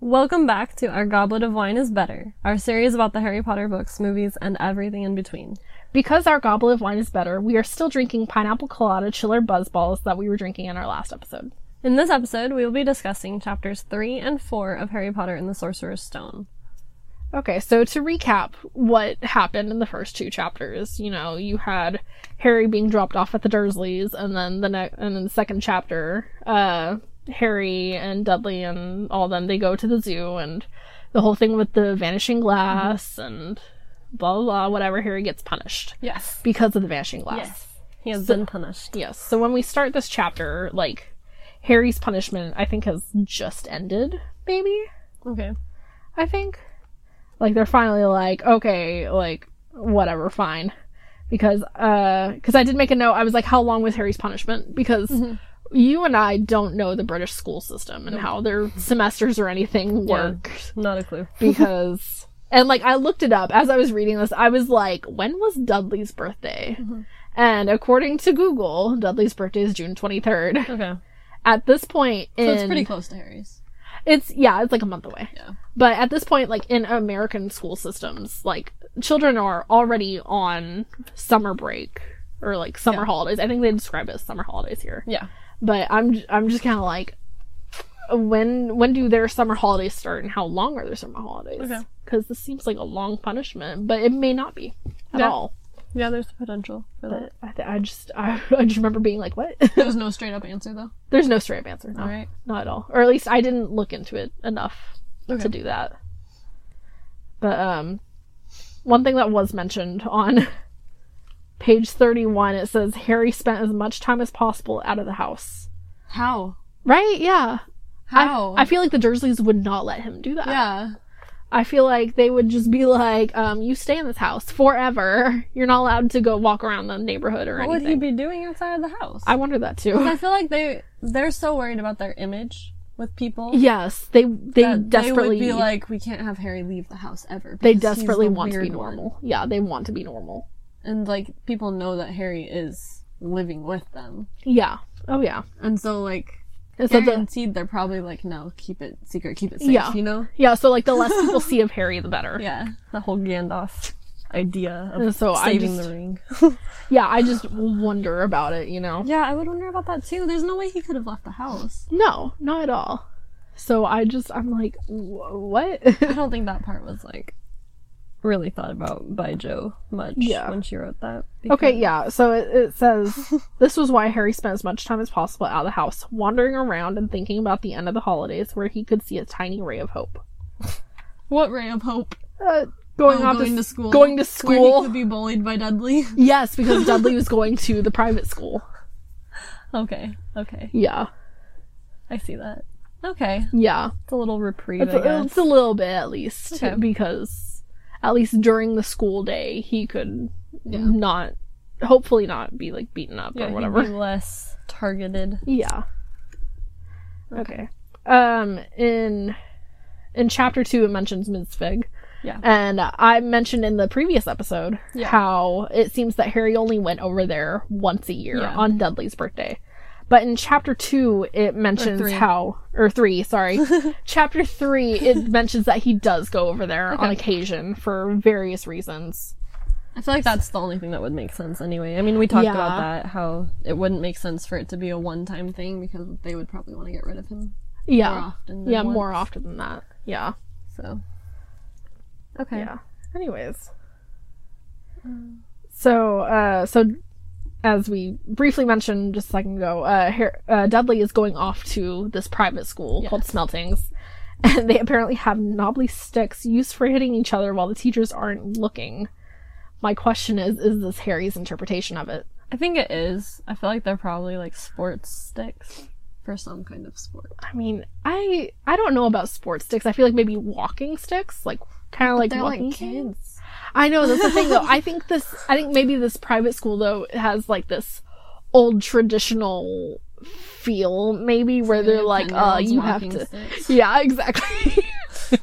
Welcome back to Our Goblet of Wine is Better, our series about the Harry Potter books, movies, and everything in between. Because our goblet of wine is better, we are still drinking pineapple colada chiller buzz balls that we were drinking in our last episode. In this episode, we will be discussing chapters 3 and 4 of Harry Potter and the Sorcerer's Stone. Okay, so to recap what happened in the first two chapters, you know, you had Harry being dropped off at the Dursleys, and then the ne- and then the second chapter, uh, Harry and Dudley and all them they go to the zoo, and the whole thing with the vanishing glass and blah blah blah. Whatever, Harry gets punished Yes. because of the vanishing glass. He has been punished. Yes. So when we start this chapter, like Harry's punishment, I think has just ended. Maybe Okay. I think, like they're finally like, okay, like whatever, fine, because uh, because I did make a note. I was like, how long was Harry's punishment? Because you and I don't know the British school system and how their semesters or anything work Not a clue. because and like I looked it up as I was reading this. I was like, when was Dudley's birthday? Mm-hmm. And according to Google, Dudley's birthday is June 23rd. Okay. At this point, in, close to Harry's. It's yeah, it's like a month away. Yeah. But at this point, like in American school systems, like children are already on summer break or like summer Yeah. holidays. I think they describe it as summer holidays here. Yeah. But I'm j- I'm just kind of like, when when do their summer holidays start and how long are their summer holidays? Okay. Because this seems like a long punishment, but it may not be at Yeah. all. Yeah, there's the potential for But I, th- I just I, I just remember being like, what? There was no straight up answer, though. There's no straight up answer. No, Alright. not at all. Or at least I didn't look into it enough Okay. to do that. But um, one thing that was mentioned on page 31, it says Harry spent as much time as possible out of the house. How? Right? Yeah. I- How? I, feel like the Dursleys would not let him do that. yeah. I feel like they would just be like, um, you stay in this house forever. You're not allowed to go walk around the neighborhood or What would anything. he be doing outside of the house? I wonder that too. I feel like they they're so worried about their image with people. yes, they they that desperately they would be like, we can't have Harry leave the house ever. they because he's desperately the want to be weird one." normal. Yeah, they want to be normal. and like people know that Harry is living with them, Yeah. Oh yeah. and so like And so the, guaranteed they're probably like, no, keep it secret, keep it safe. Yeah. You know? yeah, so like the less people see of Harry, the better. Yeah, Yeah, the whole Gandalf idea And of so I saving just- the ring. I just wonder about it, you know. yeah, I would wonder about that too. There's no way he could have left the house. No, not at all. So I just I'm like, "Wh- what? I don't think that part was like really thought about by Joe much Yeah. when she wrote that. okay, because- yeah. So it, it says this was why Harry spent as much time as possible out of the house, wandering around and thinking about the end of the holidays, where he could see a tiny ray of hope. What ray of hope? Uh, going Oh, off going to, to s- school. Going to Where he school. could be bullied by Dudley. yes, because Dudley was going to the private school. Okay, okay. Yeah, I see that. Okay. yeah. It's a little reprieve, It's I a, guess. it's a little bit at least Okay. because at least during the school day he could Yeah. not hopefully not be like beaten up Yeah, or he'd whatever. be less targeted. Yeah. Okay. Um in in chapter 2 it mentions Mitzvig. Yeah. And I mentioned in the previous episode Yeah. how it seems that Harry only went over there once a year Yeah. on Dudley's birthday. But in chapter 2 it mentions three. how or 3, sorry. chapter 3 it mentions that he does go over there on Okay. occasion for various reasons. I feel like that's the only thing that would make sense anyway. I mean, we talked about Yeah. that, how it wouldn't make sense for it to be a one time thing because they would probably want to get rid of him Yeah. more often. Than yeah, once. more often than that. Yeah. So. Okay. Um. Yeah. Anyways. So, uh, so as we briefly mentioned just a second ago, uh, Har- uh Dudley is going off to this private school called Yes. Smeltings, and they apparently have knobbly sticks used for hitting each other while the teachers aren't looking. My question is, is this Harry's interpretation of it? I think it is. I feel like they're probably like sports sticks. for some kind of sport. I mean, I I don't know about sport sticks. I feel like maybe walking sticks, like kind of like They're walking like cane. kids. I know that's the thing though. I think this. I think maybe this private school though has like this old traditional feel, maybe where they're like, uh, you have to. Yeah, exactly.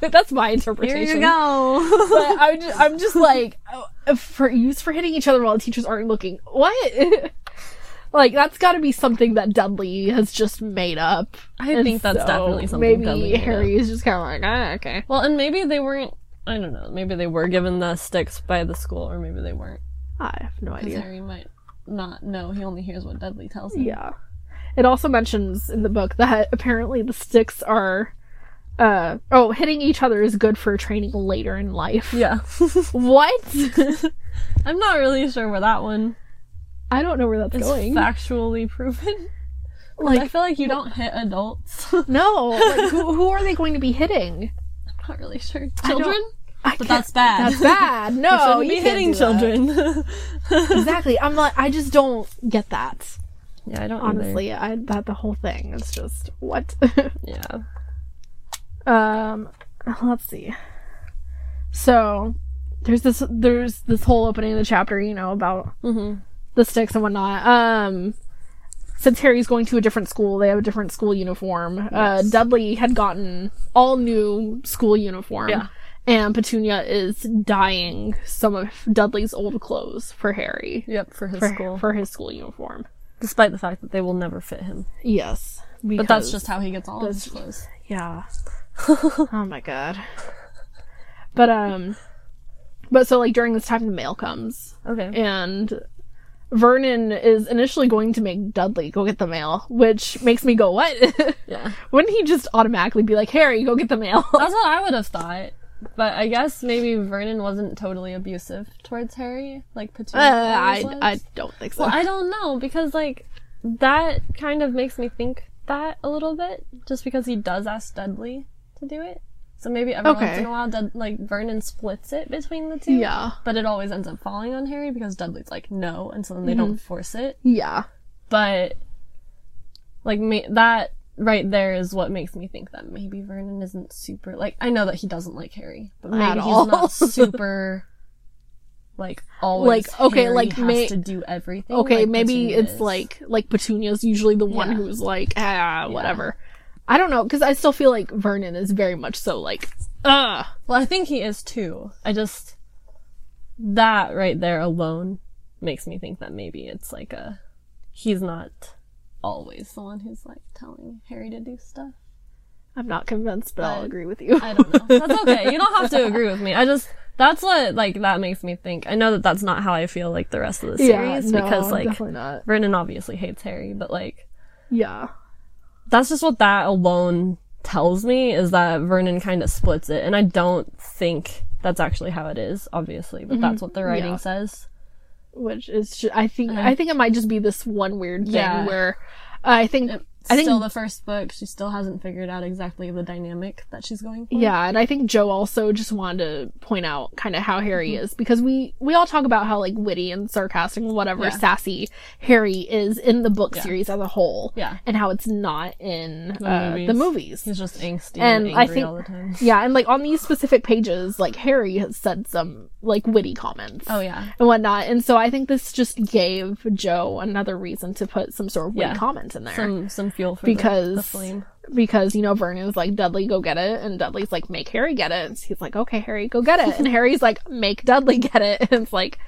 that's my Here interpretation. you go. But I'm just, I'm just like oh, for use for hitting each other while the teachers aren't looking. What? like that's got to be something that Dudley has just made up. I And think that's so definitely something Maybe Dudley made up. Harry is just kind of like, ah, okay. Well, and maybe they weren't. I don't know. Maybe they were given the sticks by the school, or maybe they weren't. I have no Because idea. Harry might not know. He only hears what Dudley tells him. Yeah. It also mentions in the book that apparently the sticks are, uh, oh, hitting each other is good for training later in life. Yeah. What? I'm not really sure where that one I don't know where that's is going. factually proven. I like, feel like you don't hit adults. I'm no. Like, who, who are they going to be hitting? not really sure. don't- Children? But I can't- that's bad. That's bad. No, you shouldn't be Oh, can't hitting do that. children. exactly. I'm like, I just don't get that. yeah, I don't Honestly, I that the whole thing is just what. Either. Yeah. um, let's see. So, there's this there's this whole opening of the chapter, you know, about Mm-hmm. the sticks and whatnot. Um, since Harry's going to a different school, they have a different school uniform. Uh, Yes. Dudley had gotten all new school uniform. Yeah. And Petunia is dyeing some of Dudley's old clothes for Harry. Yep, for his For, school. for his school uniform. Despite the fact that they will never fit him. Yes. But that's just how he gets all of his that's- clothes. Yeah. oh my god. But um but so like during this time the mail comes Okay. and Vernon is initially going to make Dudley go get the mail, which makes me go, What? Yeah. Wouldn't he just automatically be like, Harry, go get the mail? That's what I would have thought. But I guess maybe Vernon wasn't totally abusive towards Harry, like Uh, Petunia. always I was. I don't think so. Well, I don't know because like that kind of makes me think that a little bit, just because he does ask Dudley to do it. So maybe every once Okay. in a while, Dud- like Vernon splits it between the two. yeah. But it always ends up falling on Harry because Dudley's like no, and so then Mm-hmm. they don't force it. Yeah. But like ma- that right there is what makes me think that maybe Vernon isn't super like I know that he doesn't like Harry, but maybe At he's all. not super like always Like, okay, Harry like, has may- to do everything. Okay, like maybe Petunia it's is. like like Petunia's usually the one Oh Yeah. who's like ah whatever. I don't know because I still feel like Vernon is very much so like ah Well, I think he is too. I just that right there alone makes me think that maybe it's like a he's not always the one who's like telling Harry to do stuff. I'm not convinced, but I'll But agree with you. I don't know. That's okay. You don't have to agree with me. I just that's what like that makes me think. I know that that's not how I feel like the rest of the series no, because like definitely not. Vernon obviously hates Harry, but like Yeah, that's just what that alone tells me is that Vernon kind of splits it, and I don't think that's actually how it is, obviously, but that's what the writing Mm-hmm. Yeah. says. which is ju- I think I think it might just be this one weird thing Yeah. where I think I think still the first book, she still hasn't figured out exactly the dynamic that she's going for. yeah, and I think Joe also just wanted to point out kind of how Harry Mm-hmm. is because we we all talk about how like witty and sarcastic and whatever Yeah. sassy Harry is in the book Yeah. series as a whole. Yeah. and how it's not in The uh, movies. the movies. He's just angsty And and, I angry think- all the time. Yeah, and like on these specific pages, like Harry has said some like witty comments. Oh, yeah. And whatnot. And so I think this just gave Joe another reason to put some sort of witty Yeah. comments in there. Some some fuel for the- Because- the, flame. Because, you know, Vernon's like, Dudley, go get it. And Dudley's like, make Harry get it. And he's like, okay, Harry, go get it. And Harry's like, make Dudley get it. And it's like,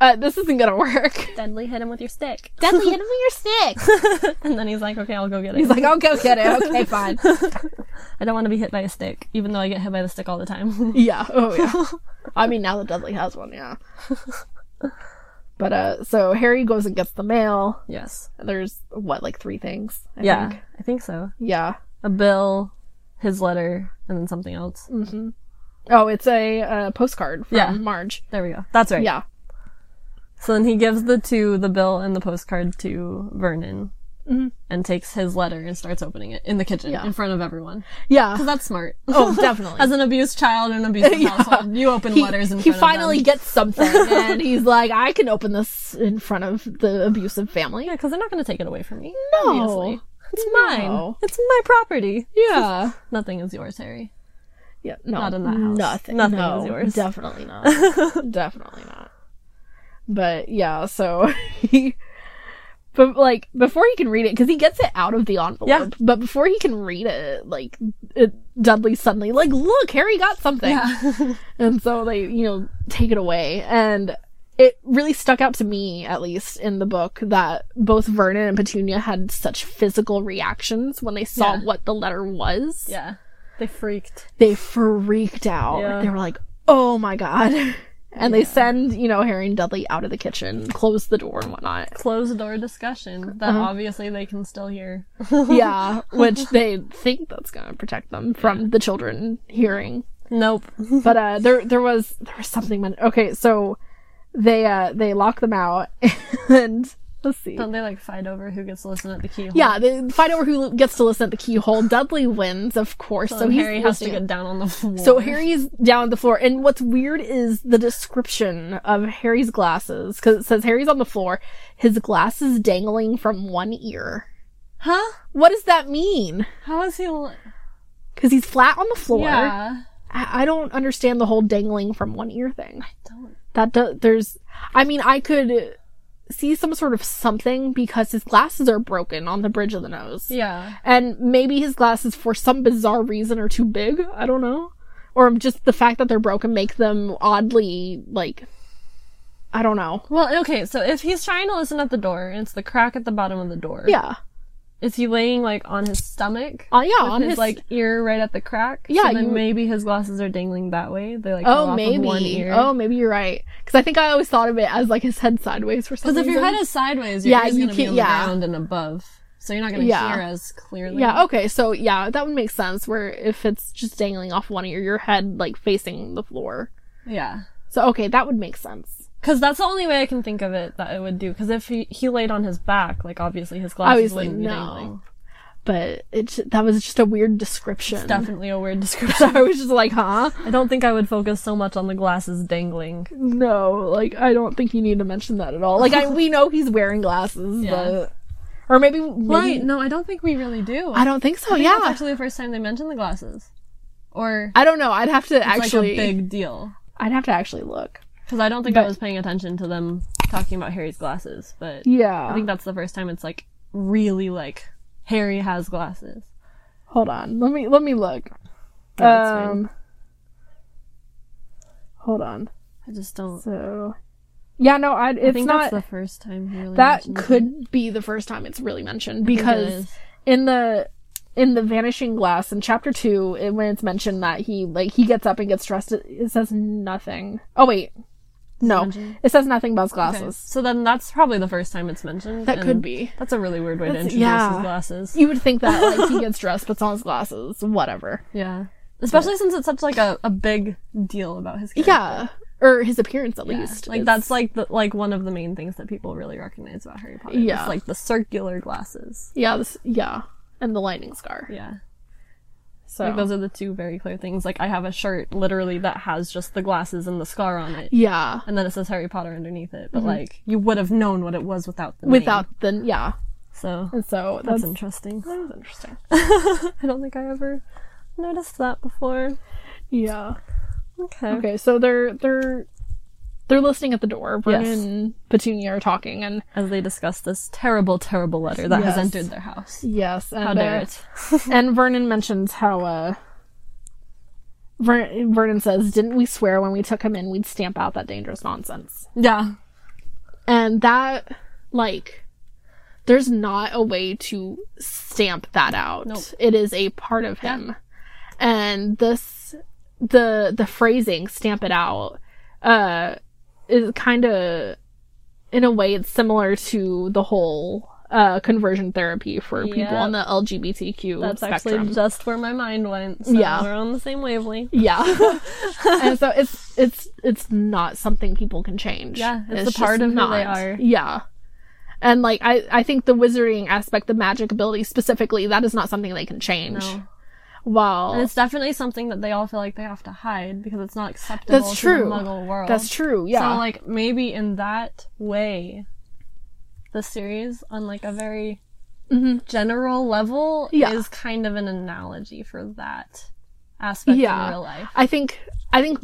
uh, this isn't gonna work. Deadly hit him with your stick. Dudley, hit him with your stick. and then he's like, okay, I'll go get it. He's like, "Oh." I'll go get it. Okay, fine. I don't want to be hit by a stick, even though I get hit by the stick all the time. Yeah. Oh yeah. I mean, now that Dudley has one, yeah. But uh, so Harry goes and gets the mail. yes. There's what, like three things? I yeah. Think. I think so. Yeah. a bill, his letter, and then something else. Mm-hmm. Oh, it's a uh, postcard from Yeah. Marge. There we go. That's right. Yeah. So then he gives the two, the bill and the postcard to Vernon, Mhm. and takes his letter and starts opening it in the kitchen Yeah. in front of everyone. Yeah. Because that's smart. Oh, definitely. As an abused child in an abusive Yeah. household, you open he, letters in he front finally of them. gets something, and he's like, "I can open this in front of the abusive family." Yeah, because they're not going to take it away from me. No. obviously. It's mine. No. It's my property. Yeah. Nothing is yours, Harry. Yeah, no, Not in that house. Nothing, Nothing no, is yours. Definitely not. definitely not. But yeah, so he, but like before he can read it, because he gets it out of the envelope. Yeah. But before he can read it, like it, Dudley suddenly like, look, Harry got something, Yeah. and so they you know take it away, and it really stuck out to me at least in the book that both Vernon and Petunia had such physical reactions when they saw Yeah. what the letter was yeah. They freaked. they freaked out. Yeah. They were like, "Oh my god!" And they Yeah. send you know Harry and Dudley out of the kitchen, close the door and whatnot. Closed door discussion that Uh-huh. obviously they can still hear. yeah, which they think that's gonna protect them from the children hearing. Nope. But uh, there there was there was something. When, okay, so they uh they lock them out and let's see. Don't they like fight over who gets to listen at the keyhole? Yeah, they fight over who gets to listen at the keyhole. Dudley wins, of course. So, So, then he's Harry has to listening. get down on the floor. So Harry's down on the floor, and what's weird is the description of Harry's glasses, because it says Harry's on the floor, his glasses dangling from one ear. Huh? What does that mean? How is he? Li- Because he's flat on the floor. yeah. I-, I don't understand the whole dangling from one ear thing. I don't. That do- there's, I mean, I could see some sort of something because his glasses are broken on the bridge of the nose. Yeah. And maybe his glasses, for some bizarre reason, are too big. I don't know. Or just the fact that they're broken make them oddly, like, I don't know. Well, okay. So if he's trying to listen at the door, and it's the crack at the bottom of the door. Yeah. Is he laying like on his stomach? Uh, yeah, with on his, his- like ear right at the crack. Yeah, So then you- maybe his glasses are dangling that way. They like Oh, go off of one maybe. ear. Oh, maybe you're right. Because I think I always thought of it as, like, his head sideways for some because if reason. your head is sideways, your Yeah, ear's you gonna be can't- on yeah. the ground and above, so you're not gonna Yeah. hear as clearly. Yeah, Oh. okay. So, yeah, that would make sense where if it's just dangling off one ear, your head, like, facing the floor. Yeah. So, okay, that would make sense. Because that's the only way I can think of it that it would do. Because if he, he laid on his back, like obviously his glasses Obviously, wouldn't be no. dangling. But it j- that was just a weird description. It's definitely a weird So I description. was just like, huh? I don't think I would focus so much on the glasses dangling. No, like I don't think you need to mention that at all. Like I, we know he's wearing glasses, Yeah. but or maybe, maybe Right? No, I don't think we really do. I don't think I so. think yeah, that's actually the first time they mentioned the glasses, or I don't know. I'd have to actually. like a big deal. I'd have to actually look. Because I don't think I But- was paying attention to them talking about Harry's glasses, but Yeah. I think that's the first time it's like really like Harry has glasses. Hold on. Let me let me look. No, it's Oh, fine. um. Hold on. I just don't. So. Yeah. No. I. I It's think not. that's the first time he really. that mentioned it. could be the first time it's really mentioned I think it because is. in the in the vanishing glass in chapter two it, when it's mentioned that he like he gets up and gets dressed it, it says nothing oh wait no mentioned? it says nothing about his Okay, Mm. glasses So then that's probably the first time it's mentioned. that could and be That's a really weird way to That's- introduce yeah. his glasses. you would think that like he gets dressed but it's on his glasses whatever Yeah. Especially since it's such like a, a big deal about his character. yeah or his appearance at Yeah. least Like It's- that's like the like one of the main things that people really recognize about Harry Potter. Yeah. It's like the circular glasses. yeah this, yeah and the lightning scar Yeah. so Like those are the two very clear things. Like I have a shirt literally that has just the glasses and the scar on it. yeah And then it says Harry Potter underneath it. But like you would have known what it was Mm-hmm. without the name. without the yeah so and so that's that's, interesting. that was interesting I don't think I ever noticed that before. yeah Okay. Okay, so they're they're they're listening at the door. Vernon Yes. and Petunia are talking, and As they discuss this terrible, terrible letter that has Yes. entered their house. yes, and uh, How dare it. and Vernon mentions how uh, Ver- Vernon says, "Didn't we swear when we took him in we'd stamp out that dangerous nonsense?" Yeah. And that like, there's not a way to stamp that out. Nope. It is a part of him, and this the the phrasing "stamp it out" uh, is kind of in a way it's similar to the whole uh, conversion therapy for people Yep. on the LGBTQ That's spectrum. actually just where my mind went. So Yeah. We're on the same wavelength. yeah, and so it's it's it's not something people can change. Yeah, it's a just part of who they are. Yeah, and like I I think the wizarding aspect, the magic ability specifically, that is not something they can change. No. And While it's definitely something that they all feel like they have to hide because it's not acceptable That's to true. the muggle world. that's true. Yeah, So like maybe in that way the series on like a very general level Yeah. is kind of an analogy for that aspect Yeah. in real life. I think I think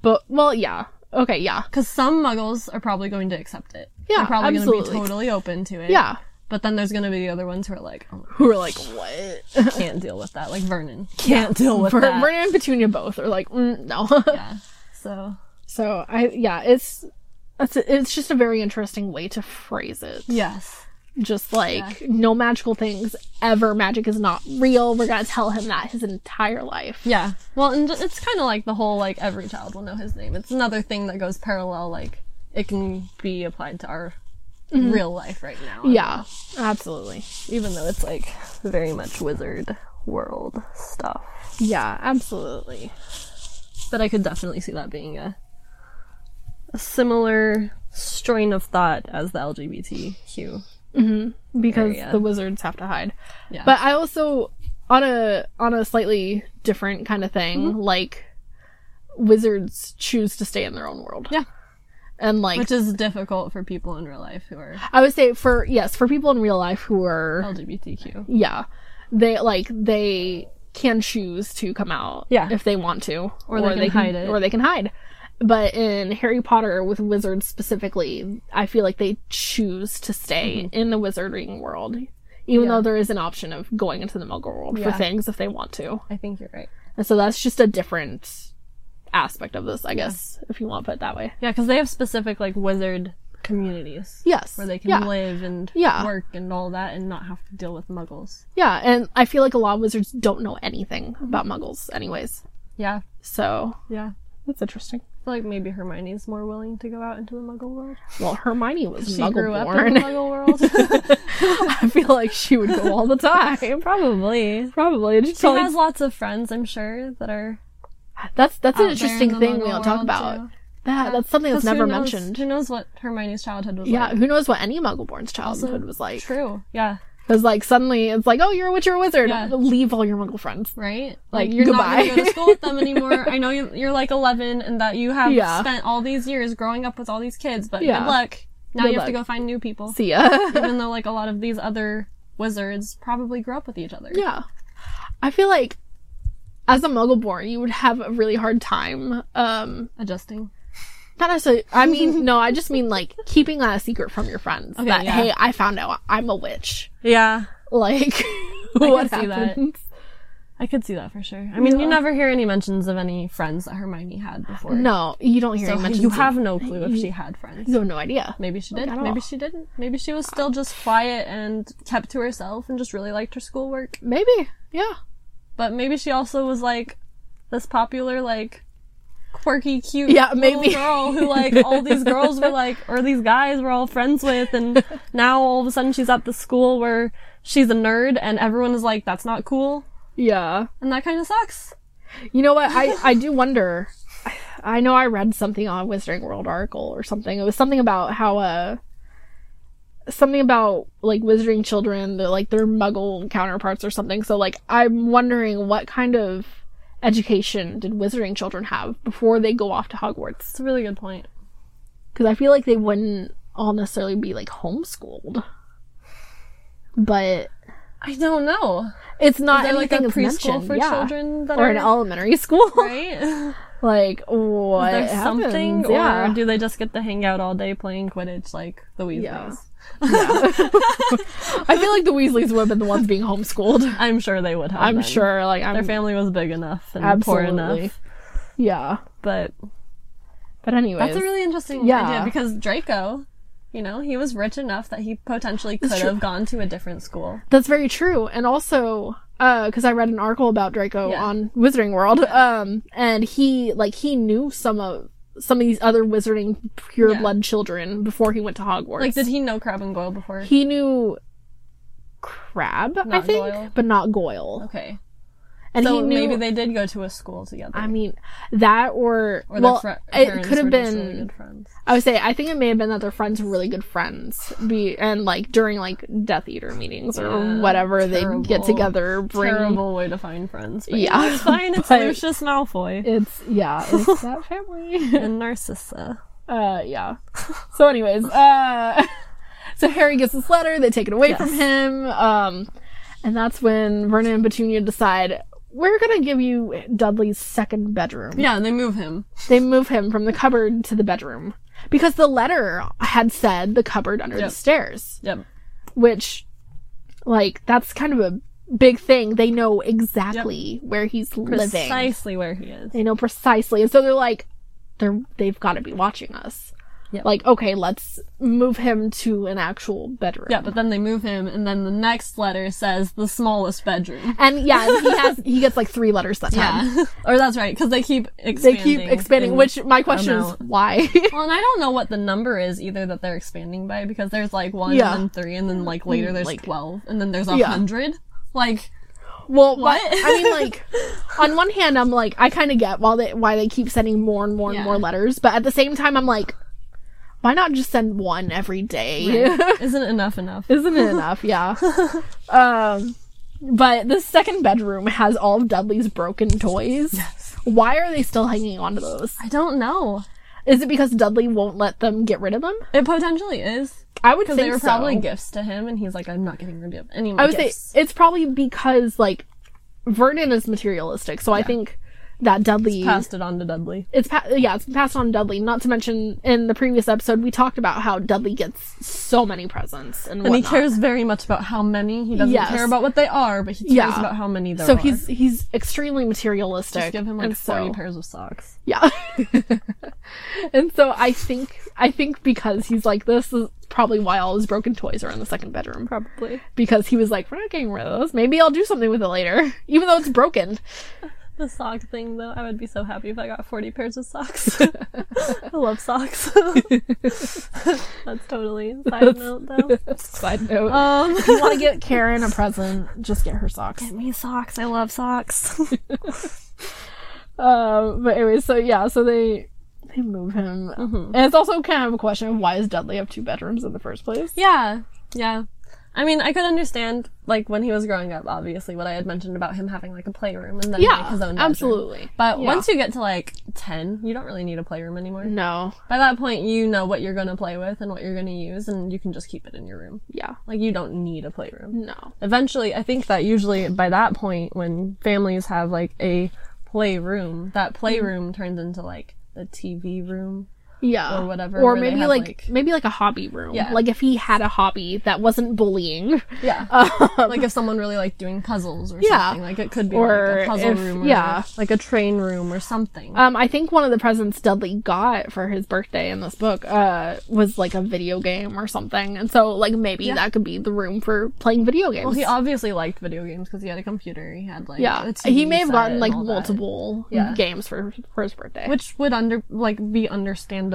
but well, yeah. Okay, yeah. Because some muggles are probably going to accept it. Yeah, They're probably going to absolutely. be totally open to it. Yeah. But then there's going to be the other ones who are like, oh, Who are like what? I can't deal with that. Like Vernon. Can't deal with Ver- that. Vernon and Petunia both are like mm, no. Yeah. So, So I yeah, it's it's it's just a very interesting way to phrase it. yes. Just like no magical things ever. Magic is not real. We're gonna tell him that his entire life. Yeah. Well, and it's kind of like the whole, like, every child will know his name. It's another thing that goes parallel. Like, it can be applied to our real life right now. Yeah, absolutely. Even though it's, like, very much wizard world stuff. Yeah, absolutely. But I could definitely see that being a, a similar strain of thought as the LGBTQ. Because Area. the wizards have to hide. Yeah. But I also on a on a slightly different kind of thing, like wizards choose to stay in their own world. Yeah. And like Which is difficult for people in real life who are I would say for yes, for people in real life who Oh, are LGBTQ. yeah, they like they can choose to come out Yeah. if they want to Or they can hide it. or they can hide. But in Harry Potter with wizards specifically, I feel like they choose to stay in the wizarding world. Even Mm-hmm. Yeah. though there is an option of going into the muggle world Yeah. for things if they want to. I think you're right. And so that's just a different aspect of this, I guess, if you want to put it that way. Yeah, because they have specific like wizard communities Yes. where they can yeah. live and Yeah. work and all that and not have to deal with muggles. Yeah, and I feel like a lot of wizards don't know anything about muggles anyways. Yeah, So yeah. that's interesting. I feel like maybe Hermione's more willing to go out into the muggle world. Well, Hermione was She muggle grew up in the born. muggle world. I feel like she would go all the time. Probably. Probably. It's She probably- has lots of friends, I'm sure, that are that's that's out there an in interesting the thing we muggle don't talk world, about. too. That that's something that's 'Cause who never knows- mentioned. Who knows what Hermione's childhood was Yeah, like? who knows what any Muggleborn's childhood was like? True. Yeah. Because like suddenly it's like, oh, you're a witch, you're a wizard. Yeah. Leave all your Muggle friends. right? Like, Like, you're not goodbye. going to go to school with them anymore. I know you, you're like 11 and that you have Yeah. spent all these years growing up with all these kids, but Yeah. good luck. Now Good you have to luck. go find new people. See ya. Even though like a lot of these other wizards probably grew up with each other. Yeah. I feel like as a Muggleborn, you would have a really hard time. Um, Adjusting. not necessarily. I mean, no, I just mean like keeping that a secret from your friends. Okay, that yeah. hey, I found out I'm a witch. Yeah. Like, what see that. happens? I could see that for sure. I mean, Yeah. you never hear any mentions of any friends that Hermione had before. No, you don't hear So any mentions. you of- have no clue if she had friends. you have no idea. Maybe she did. at all. Maybe she didn't. Maybe she was still just quiet and kept to herself and just really liked her schoolwork. Maybe, yeah, But maybe she also was like this popular, like quirky, cute Yeah, little maybe. girl who like all these girls were like or these guys were all friends with and now all of a sudden she's at the school where she's a nerd and everyone is like, That's not cool yeah. and that kinda sucks. You know what? I I do wonder. I know I read something on Wizarding World article or something. It was something about how uh something about like wizarding children, the like their muggle counterparts or something. So like I'm wondering what kind of education did wizarding children have before they go off to Hogwarts? It's a really good point. Cuz I feel like they wouldn't all necessarily be like homeschooled. But I don't know. it's not Is there like a anything that's preschool mentioned, for yeah. children that or are an elementary school. right? like what There's happens? something yeah. or do they just get to hang out all day playing Quidditch like the Weasleys? Yeah. I feel like the Weasleys would have been the ones being homeschooled. I'm sure they would have I'm been. sure, like Their I'm family was big enough and poor absolutely, enough. yeah. But But anyways, that's a really interesting Yeah. idea because Draco, you know, he was rich enough that he potentially could true. have gone to a different school. that's very true. And also, because I read an article about Draco Yeah. on Wizarding World, um, and he like he knew some of some of these other wizarding pure blood children before he went to Hogwarts. Like, did he know Crab and Goyle before? he knew Crab, I Not think, Goyle. but not Goyle. okay, And so he knew maybe they did go to a school together. I mean, that or, or well, their fri- it parents could have were just been. really good friends. I would say I think it may have been that their friends were really good friends, be and like during like Death Eater meetings or Yeah, whatever they terrible. get together. Bring Terrible way to find friends. But Yeah, yeah, it's fine. It's but- Lucius Malfoy it's yeah, it's that family. and Narcissa. uh, yeah. So, anyways, uh, So Harry gets this letter, they take it away from Yes. him, um, and that's when Vernon and Petunia decide we're gonna give you Dudley's second bedroom. Yeah, they move him. They move him from the cupboard to the bedroom because the letter had said the cupboard under Yep. the stairs Yep. which like that's kind of a big thing they know exactly where he's living Precisely where he is. they know precisely and so they're like they're they've got to be watching us Yep. like okay let's move him to an actual bedroom Yeah, but then they move him, and then the next letter says the smallest bedroom. and yeah and he has he gets like three letters that time Yeah, or that's right, because they keep they expanding. keep expanding in- which my question amount. is why well, and I don't know what the number is either that they're expanding by because there's like one Yeah. and then three, and then like Mm, later there's Like- twelve, and then there's a Yeah. hundred. Like, Well, What? but- I mean, like, on one hand, I'm like, I kind of get why they why they keep sending more and more and Yeah. more letters, but at the same time, I'm like, why not just send one every day? isn't enough enough? Isn't it enough? Yeah. um, but the second bedroom has all of Dudley's broken toys. Why are they still hanging on to those? I don't know. Is it because Dudley won't let them get rid of them? It potentially is I would because think they were probably so. gifts to him, and he's like, I'm not getting rid of any of my I would gifts. say it's probably because like Vernon is materialistic, so I think that Dudley Passed it on to Dudley. it's pa- yeah, it's passed on to Dudley. Not to mention, in the previous episode, we talked about how Dudley gets so many presents and, And he whatnot. cares very much about how many. He doesn't Yes. care about what they are, but he cares Yeah. about how many there So are. he's he's extremely materialistic. Just give him like and so- forty pairs of socks. Yeah. and so I think I think because he's like this is probably why all his broken toys are in the second bedroom. Probably. Because he was like, we're not getting rid of those. Maybe I'll do something with it later, even though it's broken. The sock thing though, I would be so happy if I got forty pairs of socks. I love socks. That's totally side note though. Side note. Um if you want to get Karen a present, just get her socks. me socks, I love socks. Um, but anyway, so yeah, so they they move him, and it's also kind of a question of why does Dudley have two bedrooms in the first place? yeah. Yeah. I mean, I could understand like when he was growing up, obviously, what I had mentioned about him having like a playroom and then like, his own bedroom. absolutely. But Yeah. Mm-hmm. once you get to like ten, you don't really need a playroom anymore. No, By that point, you know what you're gonna play with and what you're gonna use, and you can just keep it in your room. yeah, Like you don't need a playroom. no, Eventually, I think that usually by that point, when families have like a playroom, that playroom Mm-hmm. turns into like the TV room. yeah, Or whatever, where or they maybe have, like, like- maybe like a hobby room. Yeah. like if he had a hobby that wasn't bullying, Yeah. um, like if someone really liked doing puzzles or Yeah. something, like it could be Or like a puzzle if- room, or yeah. like a train room or something. Um, I think one of the presents Dudley got for his birthday in this book uh, was like a video game or something, and so like maybe that could be the room for playing video games. well, he obviously liked video games because he had a computer. He had like yeah, a TV he may have set gotten and like all that. multiple Yeah. games for for his birthday. which would under like be understandable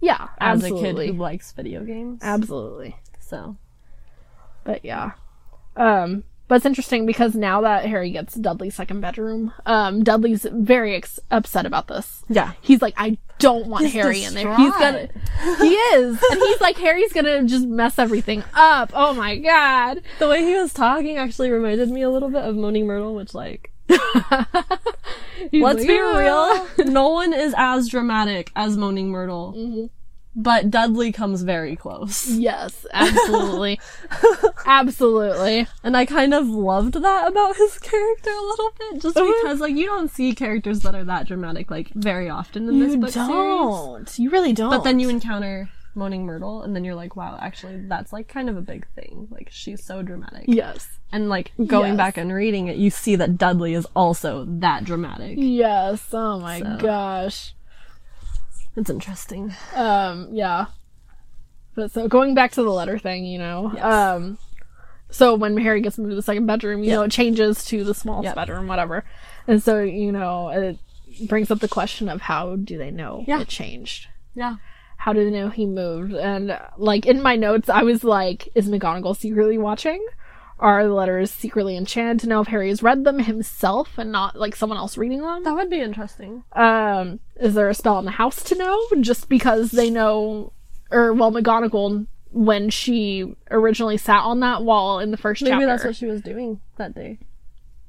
yeah, as absolutely, a kid who likes video games. absolutely. so But yeah, um, but it's interesting because now that Harry gets Dudley's second bedroom, um, Dudley's very ex- upset about this. yeah, He's like, I don't want He's Harry in there. He's gonna, he is, and he's like, Harry's gonna just mess everything up. Oh my god. the way he was talking actually reminded me a little bit of Moaning Myrtle, which like He's let's like, be "Ah." real, no one is as dramatic as Moaning Myrtle, but Dudley comes very close, Yes, absolutely, absolutely. and I kind of loved that about his character a little bit, just because like you don't see characters that are that dramatic like very often in this book series, You really don't. but then you encounter. Moaning Myrtle, and then you're like, wow, actually, that's like kind of a big thing. Like, she's so dramatic. yes, And like going Yes. back and reading it, you see that Dudley is also that dramatic. yes. Oh my So. gosh. It's interesting. Um, yeah. But so going back to the letter thing, you know. Yes. Um so when Harry gets moved to the second bedroom, you know, it changes to the smallest Yep. bedroom, whatever. And so, you know, it brings up the question of how do they know Yeah. it changed? Yeah. How do they know he moved? And uh, like in my notes, I was like, is McGonagall secretly watching? Are the letters secretly enchanted to know if Harry has read them himself and not like someone else reading them? That would be interesting. Um, is there a spell in the house to know? Just because they know, or well, McGonagall when she originally sat on that wall in the first Maybe chapter, that's what she was doing that day.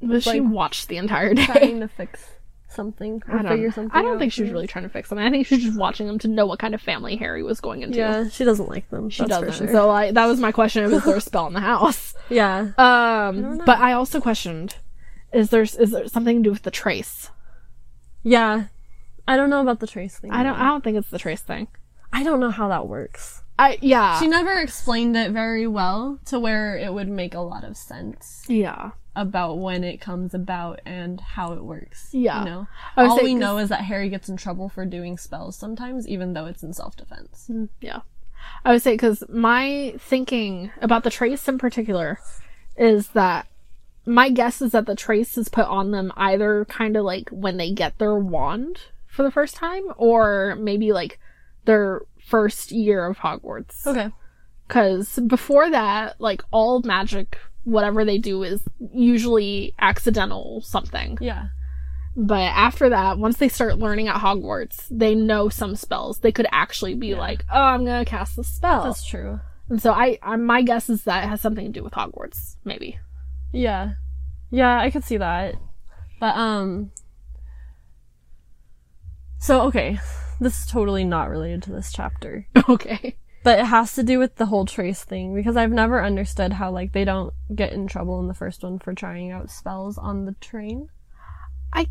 but she like- watched the entire day. Trying to fix something I or don't, figure something I don't out. think she was really trying to fix them. I think she's just watching them to know what kind of family Harry was going into. Yeah, she doesn't like them. she that's for doesn't. sure. So like that was my question: Is there a spell in the house? yeah. Um, know. but I also questioned: Is there is there something to do with the trace? Yeah. I don't know about the trace thing. I don't. I don't think it's the trace thing. I don't know how that works. I yeah She never explained it very well to where it would make a lot of sense yeah. about when it comes about and how it works. Yeah. You know? I would All say we 'cause- know is that Harry gets in trouble for doing spells sometimes, even though it's in self defense. Yeah. I would say because my thinking about the trace in particular is that my guess is that the trace is put on them either kind of like when they get their wand for the first time or maybe like their first year of Hogwarts. Okay. Because before that, like all magic, whatever they do is usually accidental something. Yeah. But after that, once they start learning at Hogwarts, they know some spells. They could actually be Yeah. like, "Oh, I'm gonna cast this spell," That's true. and so I, I, my guess is that it has something to do with Hogwarts, maybe. Yeah. Yeah, I could see that. But um So okay, this is totally not related to this chapter. Okay. But it has to do with the whole trace thing because I've never understood how like they don't get in trouble in the first one for trying out spells on the train. I-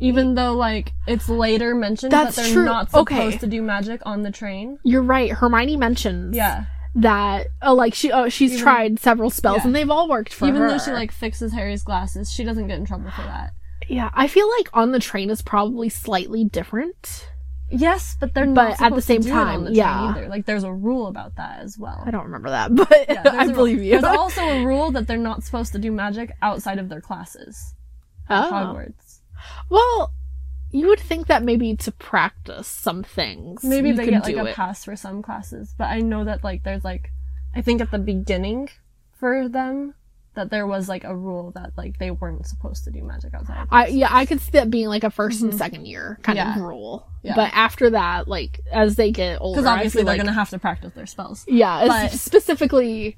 even though like it's later mentioned That's that they're true. not supposed Okay. to do magic on the train. You're right. Hermione mentions Yeah. that oh, like she oh she's Even- tried several spells yeah. and they've all worked for even her. though she like fixes Harry's glasses, she doesn't get in trouble for that. yeah, I feel like on the train is probably slightly different. Yes, but they're But not at the supposed same to do it time, on the train yeah. either. Like there's a rule about that as well. I don't remember that, but Yeah, there's I a rule. believe you. There's also a rule that they're not supposed to do magic outside of their classes. at oh. Hogwarts. well, you would think that maybe to practice some things, Maybe you they could get like do a it. pass for some classes, but I know that like there's like I think at the beginning for them that there was like a rule that like they weren't supposed to do magic outside. of I class. yeah, I could see that being like a 1st and second year kind of Mm-hmm. Yeah. rule. Yeah. But after that, like as they get older, because I obviously feel they're like- gonna have to practice their spells. Yeah, it's But- specifically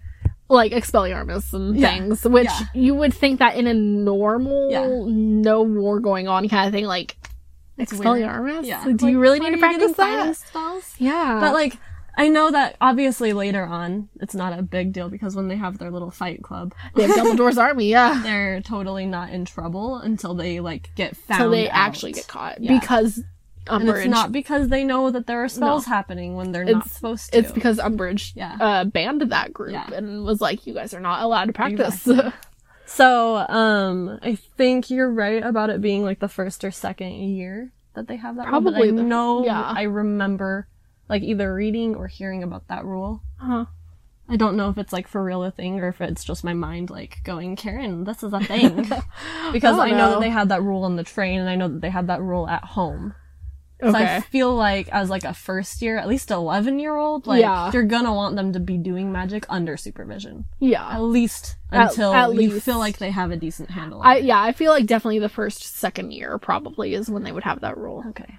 like Expelliarmus and Yeah, things, which yeah. you would think that in a normal, Yeah. no war going on kind of thing, like It's weird. Expelliarmus. Yeah. Like, do Like, you really why need to are you practice getting that? silence Spells? Yeah, But like, I know that obviously later on, it's not a big deal because when they have their little fight club, they have Dumbledore's army. Yeah, they're totally not in trouble until they like get found. so they out. actually get caught Yeah. because And Umbridge. it's not because they know that there are spells happening when they're not It's- supposed to. it's because Umbridge Yeah. uh, banned that group Yeah. and was like, "You guys are not allowed to practice." Uh-huh. so, um, I think you're right about it being like the first or second year that they have that. rule, but Probably I the- know. yeah. I remember, like either reading or hearing about that rule. Uh-huh. I don't know if it's like for real a thing or if it's just my mind like going, Karen, this is a thing. because I I, don't know. know. that they had that rule on the train and I know that they had that rule at home. Okay. So I feel like as like a first year, at least 11 year old, like Yeah. you're gonna want them to be doing magic under supervision. At yeah. least At- until at you least. feel like they have a decent handle on I it. yeah, I feel like definitely the first second year probably is when they would have that rule. Okay.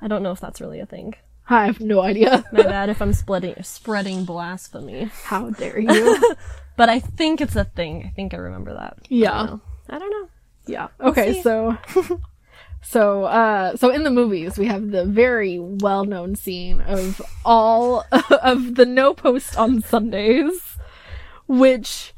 I don't know if that's really a thing. I have no idea. My bad if I'm splitting, spreading blasphemy. How dare you? But I think it's a thing. I think I remember that. I yeah. don't know. I don't know. Yeah. Okay, see. so so uh so in the movies we have the very well-known scene of all of the no post on Sundays which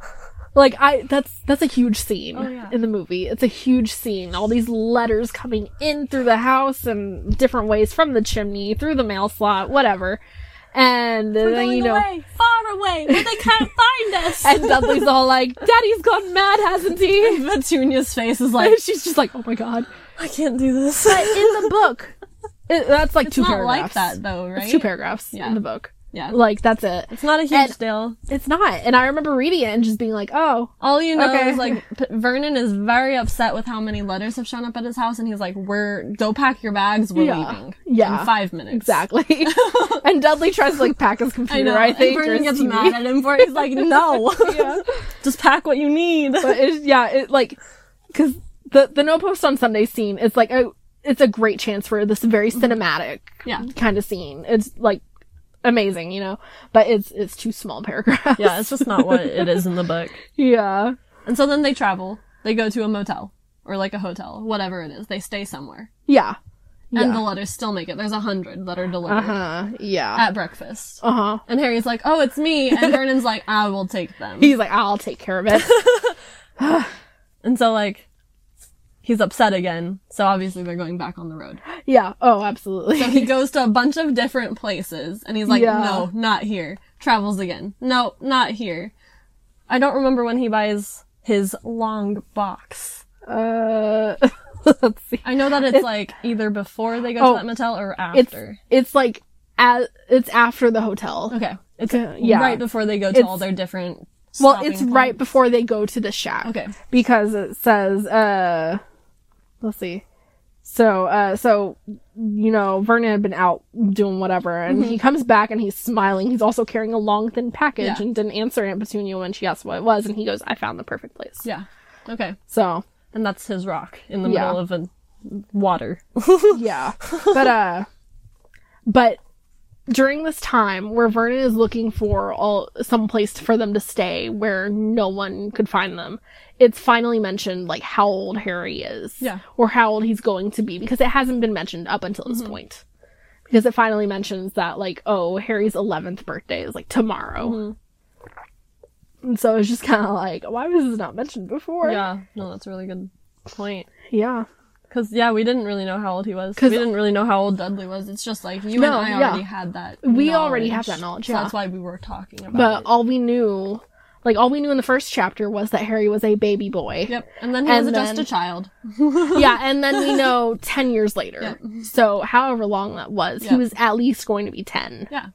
like I that's that's a huge scene Oh, yeah. in the movie. It's a huge scene. All these letters coming in through the house and different ways from the chimney, through the mail slot, whatever. And then you know far away, where they can't find us. and Dudley's all like, "Daddy's gone mad, hasn't he?" Petunia's face is like, And she's just like, "Oh my god." I can't do this. in the book. It, that's like it's two not like paragraphs. that though, right? It's two paragraphs Yeah. in the book. Yeah, Like that's it. it's not a huge And- deal. It's not. And I remember reading it and just being like, "Oh, All you know Okay. is like P- Vernon is very upset with how many letters have shown up at his house, and he's like, "We're go pack your bags. We're Yeah. leaving. Yeah. in five minutes. exactly." and Dudley tries to like pack his I computer. know. I, think. and or Vernon his gets TV. mad at him for it. He's like, "No, Yeah. just pack what you need." But it's, yeah, it like because the the no post on Sunday scene is like a it's a great chance for this very Mm-hmm. cinematic Yeah. kind of scene. It's like amazing, you know. But it's it's two small paragraphs. yeah, it's just not what it is in the book. yeah. And so then they travel. They go to a motel. or like a hotel, whatever it is. They stay somewhere, Yeah. and the Yeah. letters still make it. There's a hundred that are delivered Uh huh. Yeah. at breakfast, Uh huh. and Harry's like, "Oh, it's me," and Vernon's like, "I will take them." He's like, I'll take care of it. and so like, he's upset again. So obviously they're going back on the road. yeah. Oh, absolutely. So he goes to a bunch of different places and he's like, Yeah. no, not here. Travels again. No, not here. I don't remember when he buys his long box. Uh, let's see. I know that it's, like either before they go Oh, to that motel or It's after. it's like as, it's after the hotel. okay. It's Uh, yeah. right before they go to It's- all their different. Well, stopping it's right points. before they go to the shack. Okay. Because it says, uh, let's see. So, uh, so, you know, Vernon had been out doing whatever, and he comes back and he's smiling. He's also carrying a long, thin package Mm-hmm. Yeah. and didn't answer Aunt Petunia when she asked what it was, and he goes, I found the perfect place. Yeah. Okay. So, And that's his rock in the Yeah. middle of a water. yeah. But, uh, but during this time where Vernon is looking for all some place for them to stay where no one could find them, it's finally mentioned like how old Harry is. Yeah. Or how old he's going to be because it hasn't been mentioned up until Mm-hmm. this point. Because it finally mentions that like, oh, Harry's 11th birthday is like tomorrow. Mm-hmm. And so it's just kind of like, why was this not mentioned before? yeah. No, that's a really good point. Yeah. Because yeah, we didn't really know how old he was. 'Cause- we didn't really know how old Dudley was. It's just like you No, and I yeah. already had that. We already have that knowledge, So yeah. that's why we were talking about But it. all we knew, like all we knew in the first chapter was that Harry was a baby boy. Yep. And then he and was just then- a child. yeah, and then we know 10 years later. Yep. So, however long that was, he Yep. was at least going to be 10, Yeah.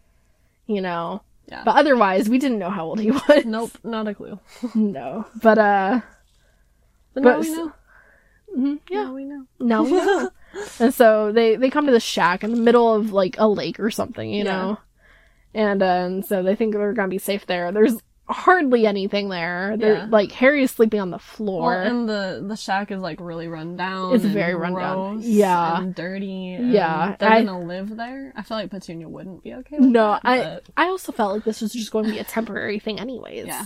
you know. Yeah. But otherwise, we didn't know how old he was. nope. Not a clue. no. But uh But, But now we s- know. mhm, yeah, Now we know. now we know. and so they they come to the shack in the middle of like a lake or something, you Yeah. know. And, uh, and so they think they're going to be safe there. There's hardly anything there. They're Yeah. like Harry is sleeping on the floor. Well, and the the shack is like really run down. It's and very run down. gross Yeah. And dirty. and Yeah, They're I- gonna live there. I feel like Petunia wouldn't be okay. With No, that, I but- I also felt like this was just going to be a temporary thing, anyways. Yeah.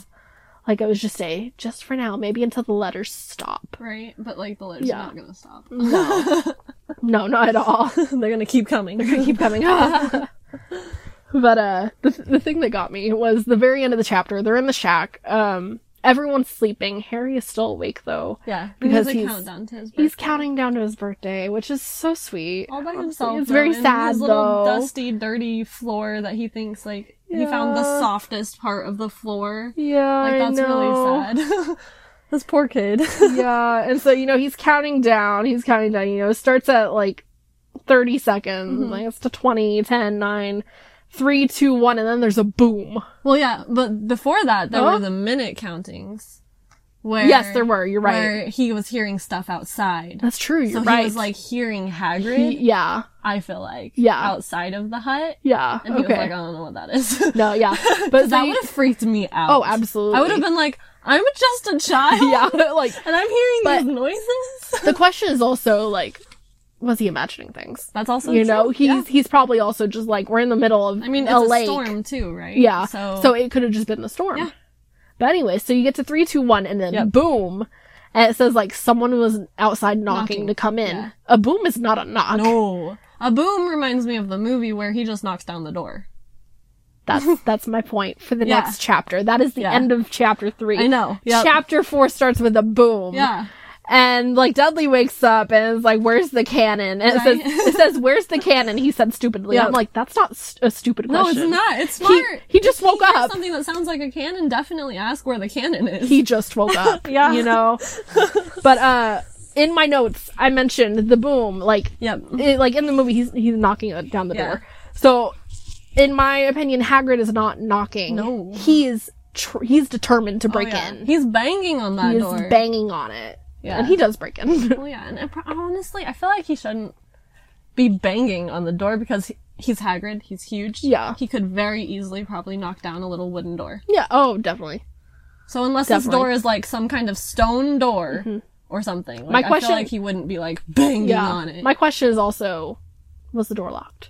Like it was just a just for now, maybe until the letters stop. Right, but like the lids Yeah. are not gonna stop. No, no, not at all. They're gonna keep coming. They're gonna Keep coming. but uh, the the thing that got me was the very end of the chapter. They're in the shack. Um, everyone's sleeping. Harry is still awake though. Yeah, Because because he's- he's, countdown to his He's birthday. counting down to his birthday, which is so sweet. all by Honestly, himself. It's though, very in sad his little though. dusty, dirty floor that he thinks like he found the Yeah. softest part of the floor. Yeah, Like I that's know. really sad. this poor kid. yeah, and so you know he's counting down. He's counting down. You know, it starts at like 30 seconds. Mm-hmm. Like it's to 20, 10, 9, 3, 2, 1, and then there's a boom. well, yeah, but before that, there Huh? were the minute countings. Where yes, there were. You're right. Where he was hearing stuff outside. That's true. so You're right. he was like hearing Hagrid. He- yeah, I feel like Yeah. outside of the hut, yeah. and he was okay. like, I don't know what that is. no, yeah, that but so you- would have freaked me out. oh, absolutely. I would have been "Oh." like, I'm just a child. yeah, like And I'm hearing But- these noises. the question is also like, was he imagining things? That's also you know, true. he's Yeah. he's probably also just like we're in the middle of I mean, it's a a, lake. storm too, right? Yeah. So, So, it could have just been the storm. Yeah. But anyway, so you get to three, two, one, and then Yep. boom. And it says like someone was outside knocking, Knocking. to come in. Yeah. A boom is not a knock. no, a boom reminds me of the movie where he just knocks down the door. That's that's my point for the Yeah. next chapter. That is the Yeah. end of chapter three. I know. Yep. Chapter four starts with a boom. Yeah. And like Dudley wakes up and is like, Where's the cannon? And Right. it says it says, Where's the cannon? He said stupidly. Yep. I'm like, that's not st- a stupid No, question. it's not. It's He, smart. he just woke If you hear up. Something that sounds like a cannon. Definitely ask where the cannon is. he just woke up. Yeah. You know? But uh in my notes I mentioned the boom, like yep. it, like in the movie he's he's knocking it down the Yeah. door. So in my opinion, Hagrid is not knocking. No. He is tr- he's determined to Oh, break yeah. in. He's banging on that He is door. banging on it. Yeah. And he does break in. Well, yeah, and I pro- honestly, I feel like he shouldn't be banging on the door because he- he's Hagrid. He's huge. Yeah. He could very easily probably knock down a little wooden door. yeah, oh definitely. So unless this Definitely. Mm-hmm. door is like some kind of stone door or something, like, My I question- feel like he wouldn't be like banging Yeah. on it. My question is also was the door locked?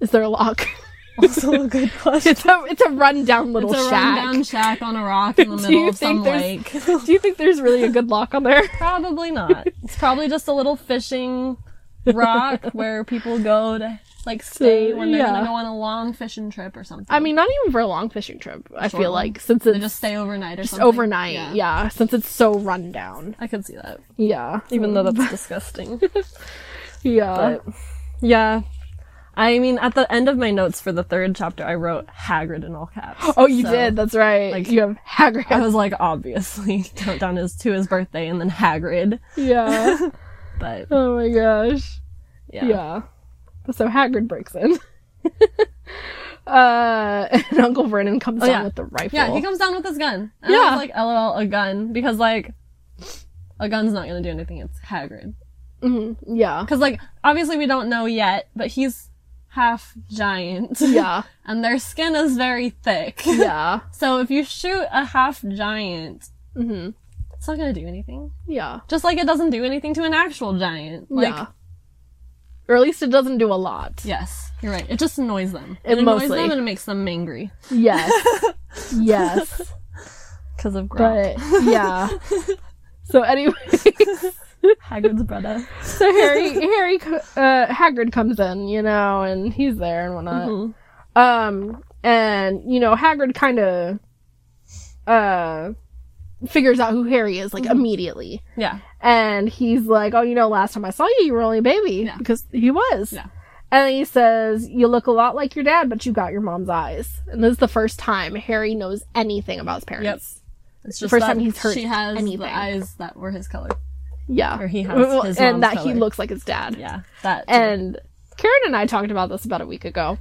Is there a lock? Also a good question. It's a it's a rundown little it's a shack. rundown shack on a rock in the Do middle you of some think lake. there's- Do you think there's really a good lock on there? probably not. It's probably just a little fishing rock where people go to like stay when they're yeah. gonna go on a long fishing trip or something. I mean, not even for a long fishing trip. I Short feel one. like since they it's just stay overnight or just something. overnight, yeah. Since it's so rundown, I could see that, yeah, even though that's disgusting. yeah, But- yeah. I mean, at the end of my notes for the third chapter, I wrote Hagrid in all caps. Oh, you so did. That's right. like, you have Hagrid. I was like, obviously, countdown is to his birthday and then Hagrid. yeah. But oh my gosh. yeah, Yeah. So Hagrid breaks in. uh, and Uncle Vernon comes Oh, down yeah. with the rifle. Yeah, he comes down with his gun. And I Yeah. was like, lol, a gun because like a gun's not gonna do anything. It's Hagrid. Mhm, Yeah. Because, like, obviously we don't know yet, but he's half giant. Yeah. and their skin is very thick. Yeah. so if you shoot a half giant, hmm it's not gonna do anything. Yeah. Just like it doesn't do anything to an actual giant. Like, yeah. Or at least it doesn't do a lot. yes, you're right. It just annoys them. It It, annoys mostly- them and it makes them angry. Yes. yes. Because of Gronk. But yeah. So anyway, Hagrid's brother. so Harry Harry co- uh, Hagrid comes in, you know, and he's there and whatnot. Mhm. Um, and you know, Hagrid kind of uh figures out who Harry is like Mm-hmm. immediately, Yeah. and he's like, "Oh, you know, last time I saw you, you were only a baby Yeah. because he was." Yeah. And he says, "You look a lot like your dad, but you got your mom's eyes." And this is the first time Harry knows anything about his parents. It's just First that time he's heard she has anything. the eyes that were his color. Yeah, Or he has Well, his mom's and that he color. looks like his dad. Yeah. That. too. And Karen and I talked about this about a week ago,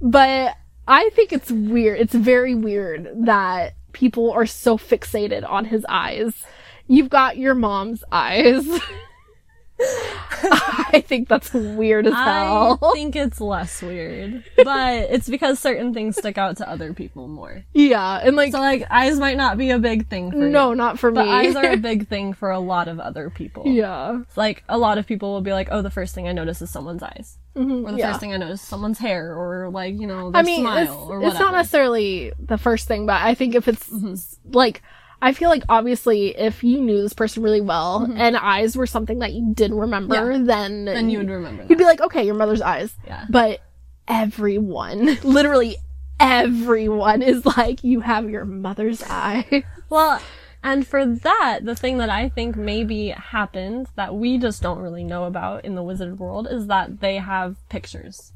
but I think it's weird. It's very weird that people are so fixated on his eyes. You've got your mom's eyes. I think that's weird as I hell. think it's less weird, but it's because certain things stick out to other people more. yeah, and like, So, like, eyes might not be a big thing for you, no, not for but me. eyes are a big thing for a lot of other people. yeah, Like, a lot of people will be like, oh, the first thing I notice is someone's eyes. Mhm, Or the yeah. first thing I notice is someone's hair, or, like, you know, their I mean, smile, it's, or whatever. Mm-hmm. it's not necessarily the first thing, but I think if it's like, I feel like obviously if you knew this person really well and eyes were something that you did remember, then Mm-hmm. then you would remember you'd that. be like, okay, your mother's eyes. Yeah. But everyone, literally everyone, is like, you have your mother's eye. Well, and for that, the thing that I think maybe happened that we just don't really know about in the wizard world is that they have pictures.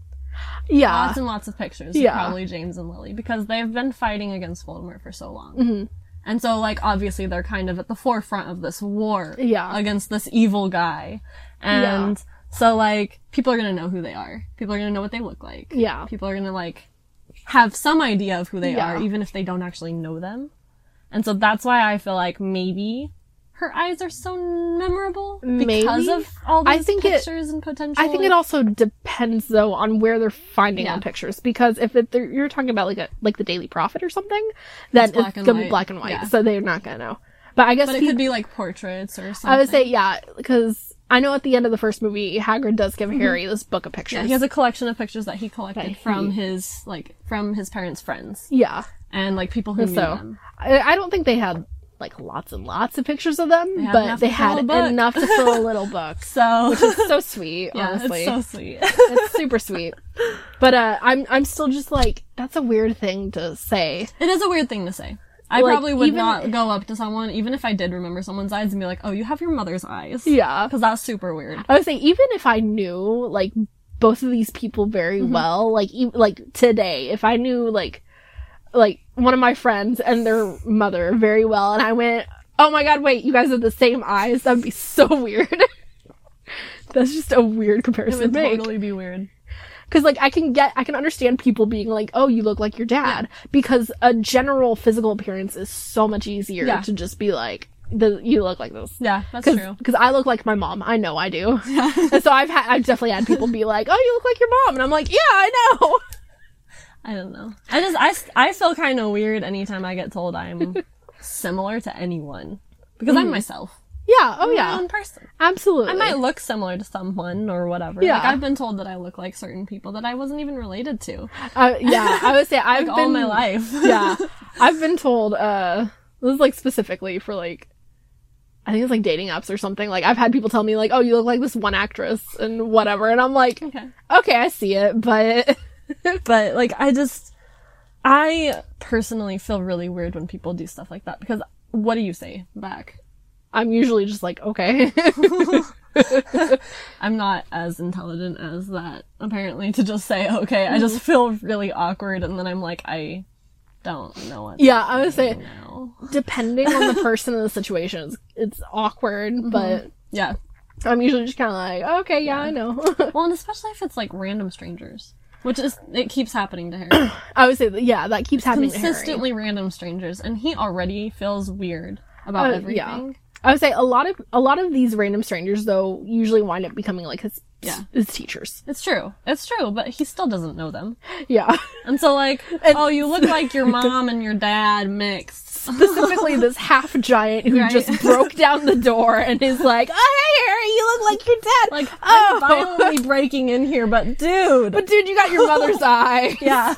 yeah, lots and lots of pictures Uh, Yeah. of probably James and Lily because they've been fighting against Voldemort for so long. Mm-hmm. And so, like, obviously, they're kind of at the forefront of this war Yeah. against this evil guy. And so, like, people are going to know who they are. People are going to know what they look like. Yeah. People are going to, like, have some idea of who they Yeah. are, even if they don't actually know them. And so that's why I feel like maybe her eyes are so memorable because Maybe. of all I these think it- pictures and potential. I think it like, also depends though on where they're finding Yeah. on pictures because if it, they're- you're talking about like a like the Daily Prophet or something, then it's, black and gonna be white. black and white, Yeah. so they're not gonna know. But I guess But it peop- could be like portraits or something. I would say yeah because I know at the end of the first movie, Hagrid does give Harry this book of pictures. Yeah, Mm-hmm. he has a collection of pictures that he collected That he- from his like from his parents' friends Yeah. and like people who knew so them. I, I don't think they had like lots and lots of pictures of them, had but enough they to fill had a book. enough to fill a little book. So so sweet, yeah, honestly. it's so sweet. it's super sweet. But uh, I'm I'm still just like that's a weird thing to say. it is a weird thing to say. I Like, probably would even- not go up to someone, even if I did remember someone's eyes, and be like, "Oh, you have your mother's eyes," Yeah. because that's super weird. I would say even if I knew like both of these people very Mm-hmm. well, like e- like today, if I knew like like one of my friends and their mother very well, and I went, "Oh my god, wait, you guys have the same eyes," that'd be so weird. That's just a weird It comparison to would make. totally be weird. Because like I can get, I can understand people being like, "Oh, you look like your dad," because a general physical appearance is so much easier Yeah. to just be like, the, "You look like this." Yeah, that's Cause, true. 'cause I look like my mom. I know I do. and so I've had, I've definitely had people be like, "Oh, you look like your mom," and I'm like, "Yeah, I know." I don't know. I just I s- I feel kind of weird anytime I get told I'm similar to anyone because I'm myself. Yeah. Mm. Oh, my yeah. own person. Absolutely. Um, I might look similar to someone or whatever. Yeah. Like I've been told that I look like certain people that I wasn't even related to Uh, yeah. I would say I've like, been all my life. yeah. I've been told, uh, this is like specifically for like, I think it's like dating apps or something. Like, I've had people tell me, like, oh, you look like this one actress and whatever. And I'm like, okay. okay, I see it, but But like I just I personally feel really weird when people do stuff like that because what do you say back? I'm usually just like, okay. I'm not as intelligent as that apparently to just say okay. I just feel really awkward and then I'm like I don't know what yeah, I would say, now. depending on the person and the situation, it's, it's awkward, but Yeah. Mm-hmm. I'm usually just kind of like, okay, yeah, I know. Well, and especially if it's like random strangers, which is it keeps happening to Harry. I would say, that, yeah, that keeps happening. to Harry. Consistently random strangers, and he already feels weird about Uh, yeah. everything. I would say a lot of a lot of these random strangers though usually wind up becoming like his Yeah. his teachers. It's true. It's true, but he still doesn't know them. Yeah. And so, like, oh, you look like your mom and your dad mixed. Specifically this half giant who Right. just broke down the door and is like, "Oh, hey Harry, you look like your dad." Like, I'm oh. violently breaking in here, but dude. but dude, you got your mother's eye. yeah.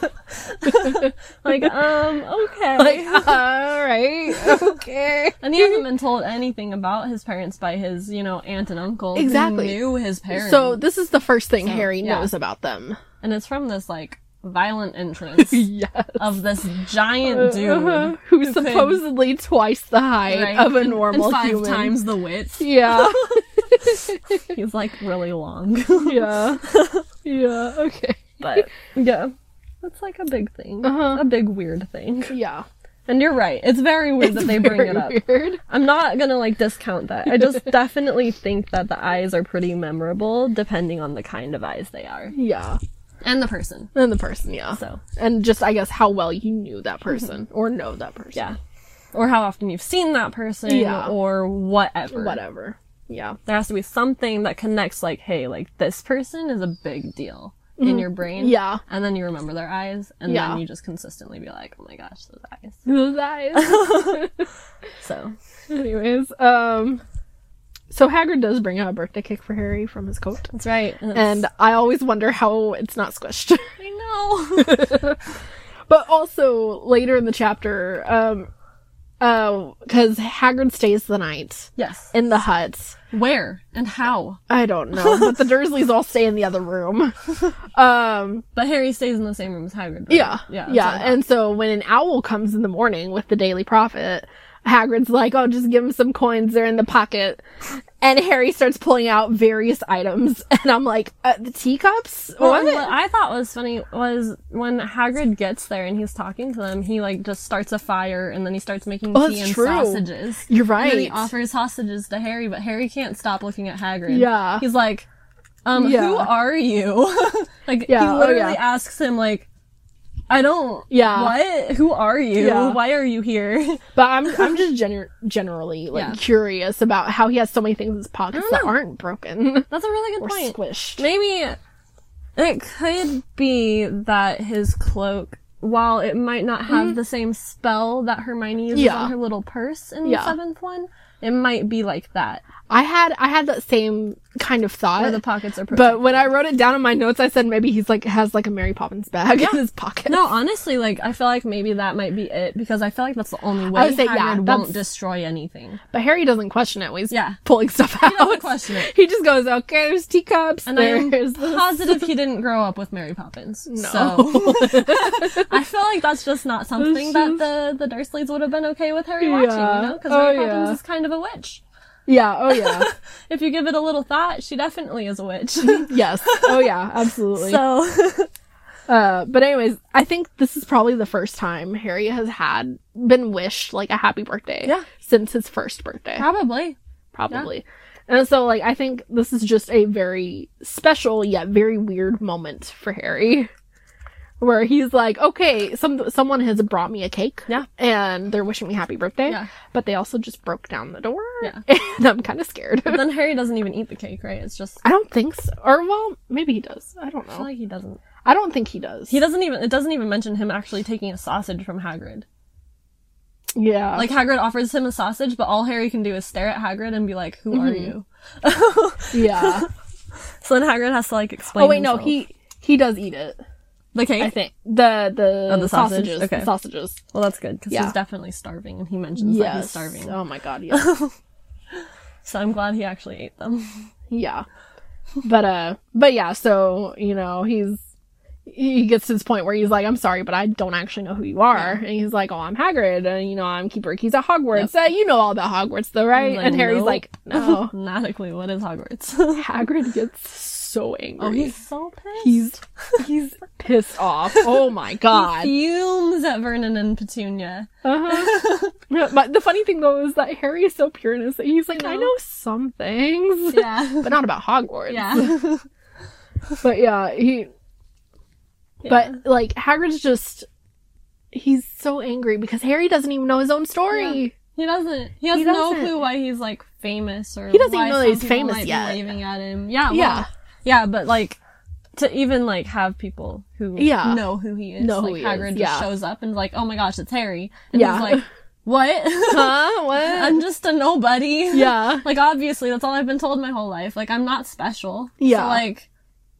like, um, okay. Like, all right. Okay. and he hasn't been told anything about his parents by his, you know, aunt and uncle. who Exactly. knew his parents. So this is the first thing Harry yeah. knows about them. and it's from this like violent entrance Yes. of this giant dude, Uh-huh. Who's could- supposedly twice the height right? of a And- normal and five human. times the width. Yeah. He's like really long, yeah. Yeah. Okay. but yeah, that's like a big thing, Uh-huh. a big weird thing. Yeah. And you're right; it's very weird that they bring Very it up. Weird. I'm not gonna like discount that. I just definitely think that the eyes are pretty memorable, depending on the kind of eyes they are Yeah. and the person. And the person, yeah. So And just I guess how well you knew that person or know that person. yeah, or how often you've seen that person, Yeah. or whatever. Whatever. Yeah. there has to be something that connects like hey like this person is a big deal in your brain Yeah. and then you remember their eyes and Yeah. then you just consistently be like oh my gosh those eyes Those eyes. so Anyways, um so Hagrid does bring out a birthday cake for Harry from his coat. that's right and, it's- And I always wonder how it's not squished. i know but also later in the chapter, um uh cuz Hagrid stays the night yes in the hut. where and how I don't know, but the Dursleys all stay in the other room. Um but harry stays in the same room as hagrid right? Yeah. yeah Yeah. that's what I thought. And so when an owl comes in the morning with the Daily Prophet, Hagrid's like, oh, just give him some coins. They're in the pocket. And Harry starts pulling out various items. And I'm like, uh, the teacups? Well, What? and what I thought was funny was when Hagrid gets there and he's talking to them, he like just starts a fire and then he starts making Oh, tea that's and true. sausages. You're And then he right. offers hostages to Harry, but Harry can't stop looking at Hagrid. Yeah. He's like, um, Yeah. who are you? like, Yeah, he oh, literally yeah. asks him, like, I don't, Yeah. what? Who are you? Yeah. Why are you here? but I'm, I'm just gener- generally like Yeah. curious about how he has so many things in his pockets that aren't broken That's a really good or point. squished. Maybe it could be that his cloak, while it might not have the same spell that Hermione uses Mm-hmm. Yeah. on her little purse in Yeah. the seventh one, it might be like that, I had, I had that same kind of where thought. the pockets are protected. but when I wrote it down in my notes, I said maybe he's like has like a Mary Poppins bag in his pocket. No, honestly, like I feel like maybe that might be it because I feel like that's the only way would say, Hagrid yeah, that's- won't destroy anything. But Harry doesn't question it. when He's Yeah. pulling stuff out. He doesn't question it. He just goes, okay, there's teacups. And I'm there's this. positive he didn't grow up with Mary Poppins. No. So I feel like that's just not something that the the Dursleys would have been okay with Harry watching, Yeah. you know? Because Oh, Mary Poppins yeah. is kind of a witch. Yeah. Oh yeah. If you give it a little thought, she definitely is a witch. yes. Oh yeah. Absolutely. so uh, but anyways, I think this is probably the first time Harry has had been wished like a happy birthday. Yeah. Since his first birthday, probably. probably. And so, like, I think this is just a very special yet very weird moment for Harry, where he's like, okay, some someone has brought me a cake. Yeah. and they're wishing me happy birthday. Yeah. But they also just broke down the door. Yeah. And I'm kind of scared. But then Harry doesn't even eat the cake, right? It's just I don't think so. Or, well, maybe he does. I don't I feel know. like he doesn't. I don't think he does. He doesn't even. It doesn't even mention him actually taking a sausage from Hagrid. Yeah. Like Hagrid offers him a sausage, but all Harry can do is stare at Hagrid and be like, "Who are you?" yeah. Mm-hmm. So then Hagrid has to like explain. oh wait, no, himself. he he does eat it. the cake. I think the the, Oh, the sausage? sausages. Okay. The sausages. Well, that's good because Yeah. he's definitely starving, and he mentions Yes. that he's starving. Oh my god. Yeah. So I'm glad he actually ate them. yeah. But uh, but yeah. So you know he's. He gets to this point where he's like, "I'm sorry, but I don't actually know who you are." And he's like, "Oh, I'm Hagrid, and you know I'm keeper of keys at Hogwarts. Uh, you know all about Hogwarts, though, right?" like, and Harry's "Nope." like, "No." Not a clue. What is Hogwarts? Hagrid gets so angry. oh, he's so pissed. he's he's pissed off. Oh my god. He fumes at Vernon and Petunia. Uh-huh. Yeah, but the funny thing though is that Harry is so pure in his He's like, I know. know some things, Yeah. but not about Hogwarts. yeah. But yeah, he. But like Hagrid's just, he's so angry because Harry doesn't even know his own story. he doesn't. He has He no doesn't. clue why he's like famous or He doesn't why even know that some he's people famous might be yet. Waving at him. Yeah. well, Yeah. yeah, but like to even like have people who Yeah. know who he is. Know like who he is, Hagrid just yeah. shows up and is like, oh my gosh, it's Harry. And Yeah. he's like, what? Huh? What? I'm just a nobody. yeah. Like obviously that's all I've been told my whole life. Like I'm not special. Yeah. So like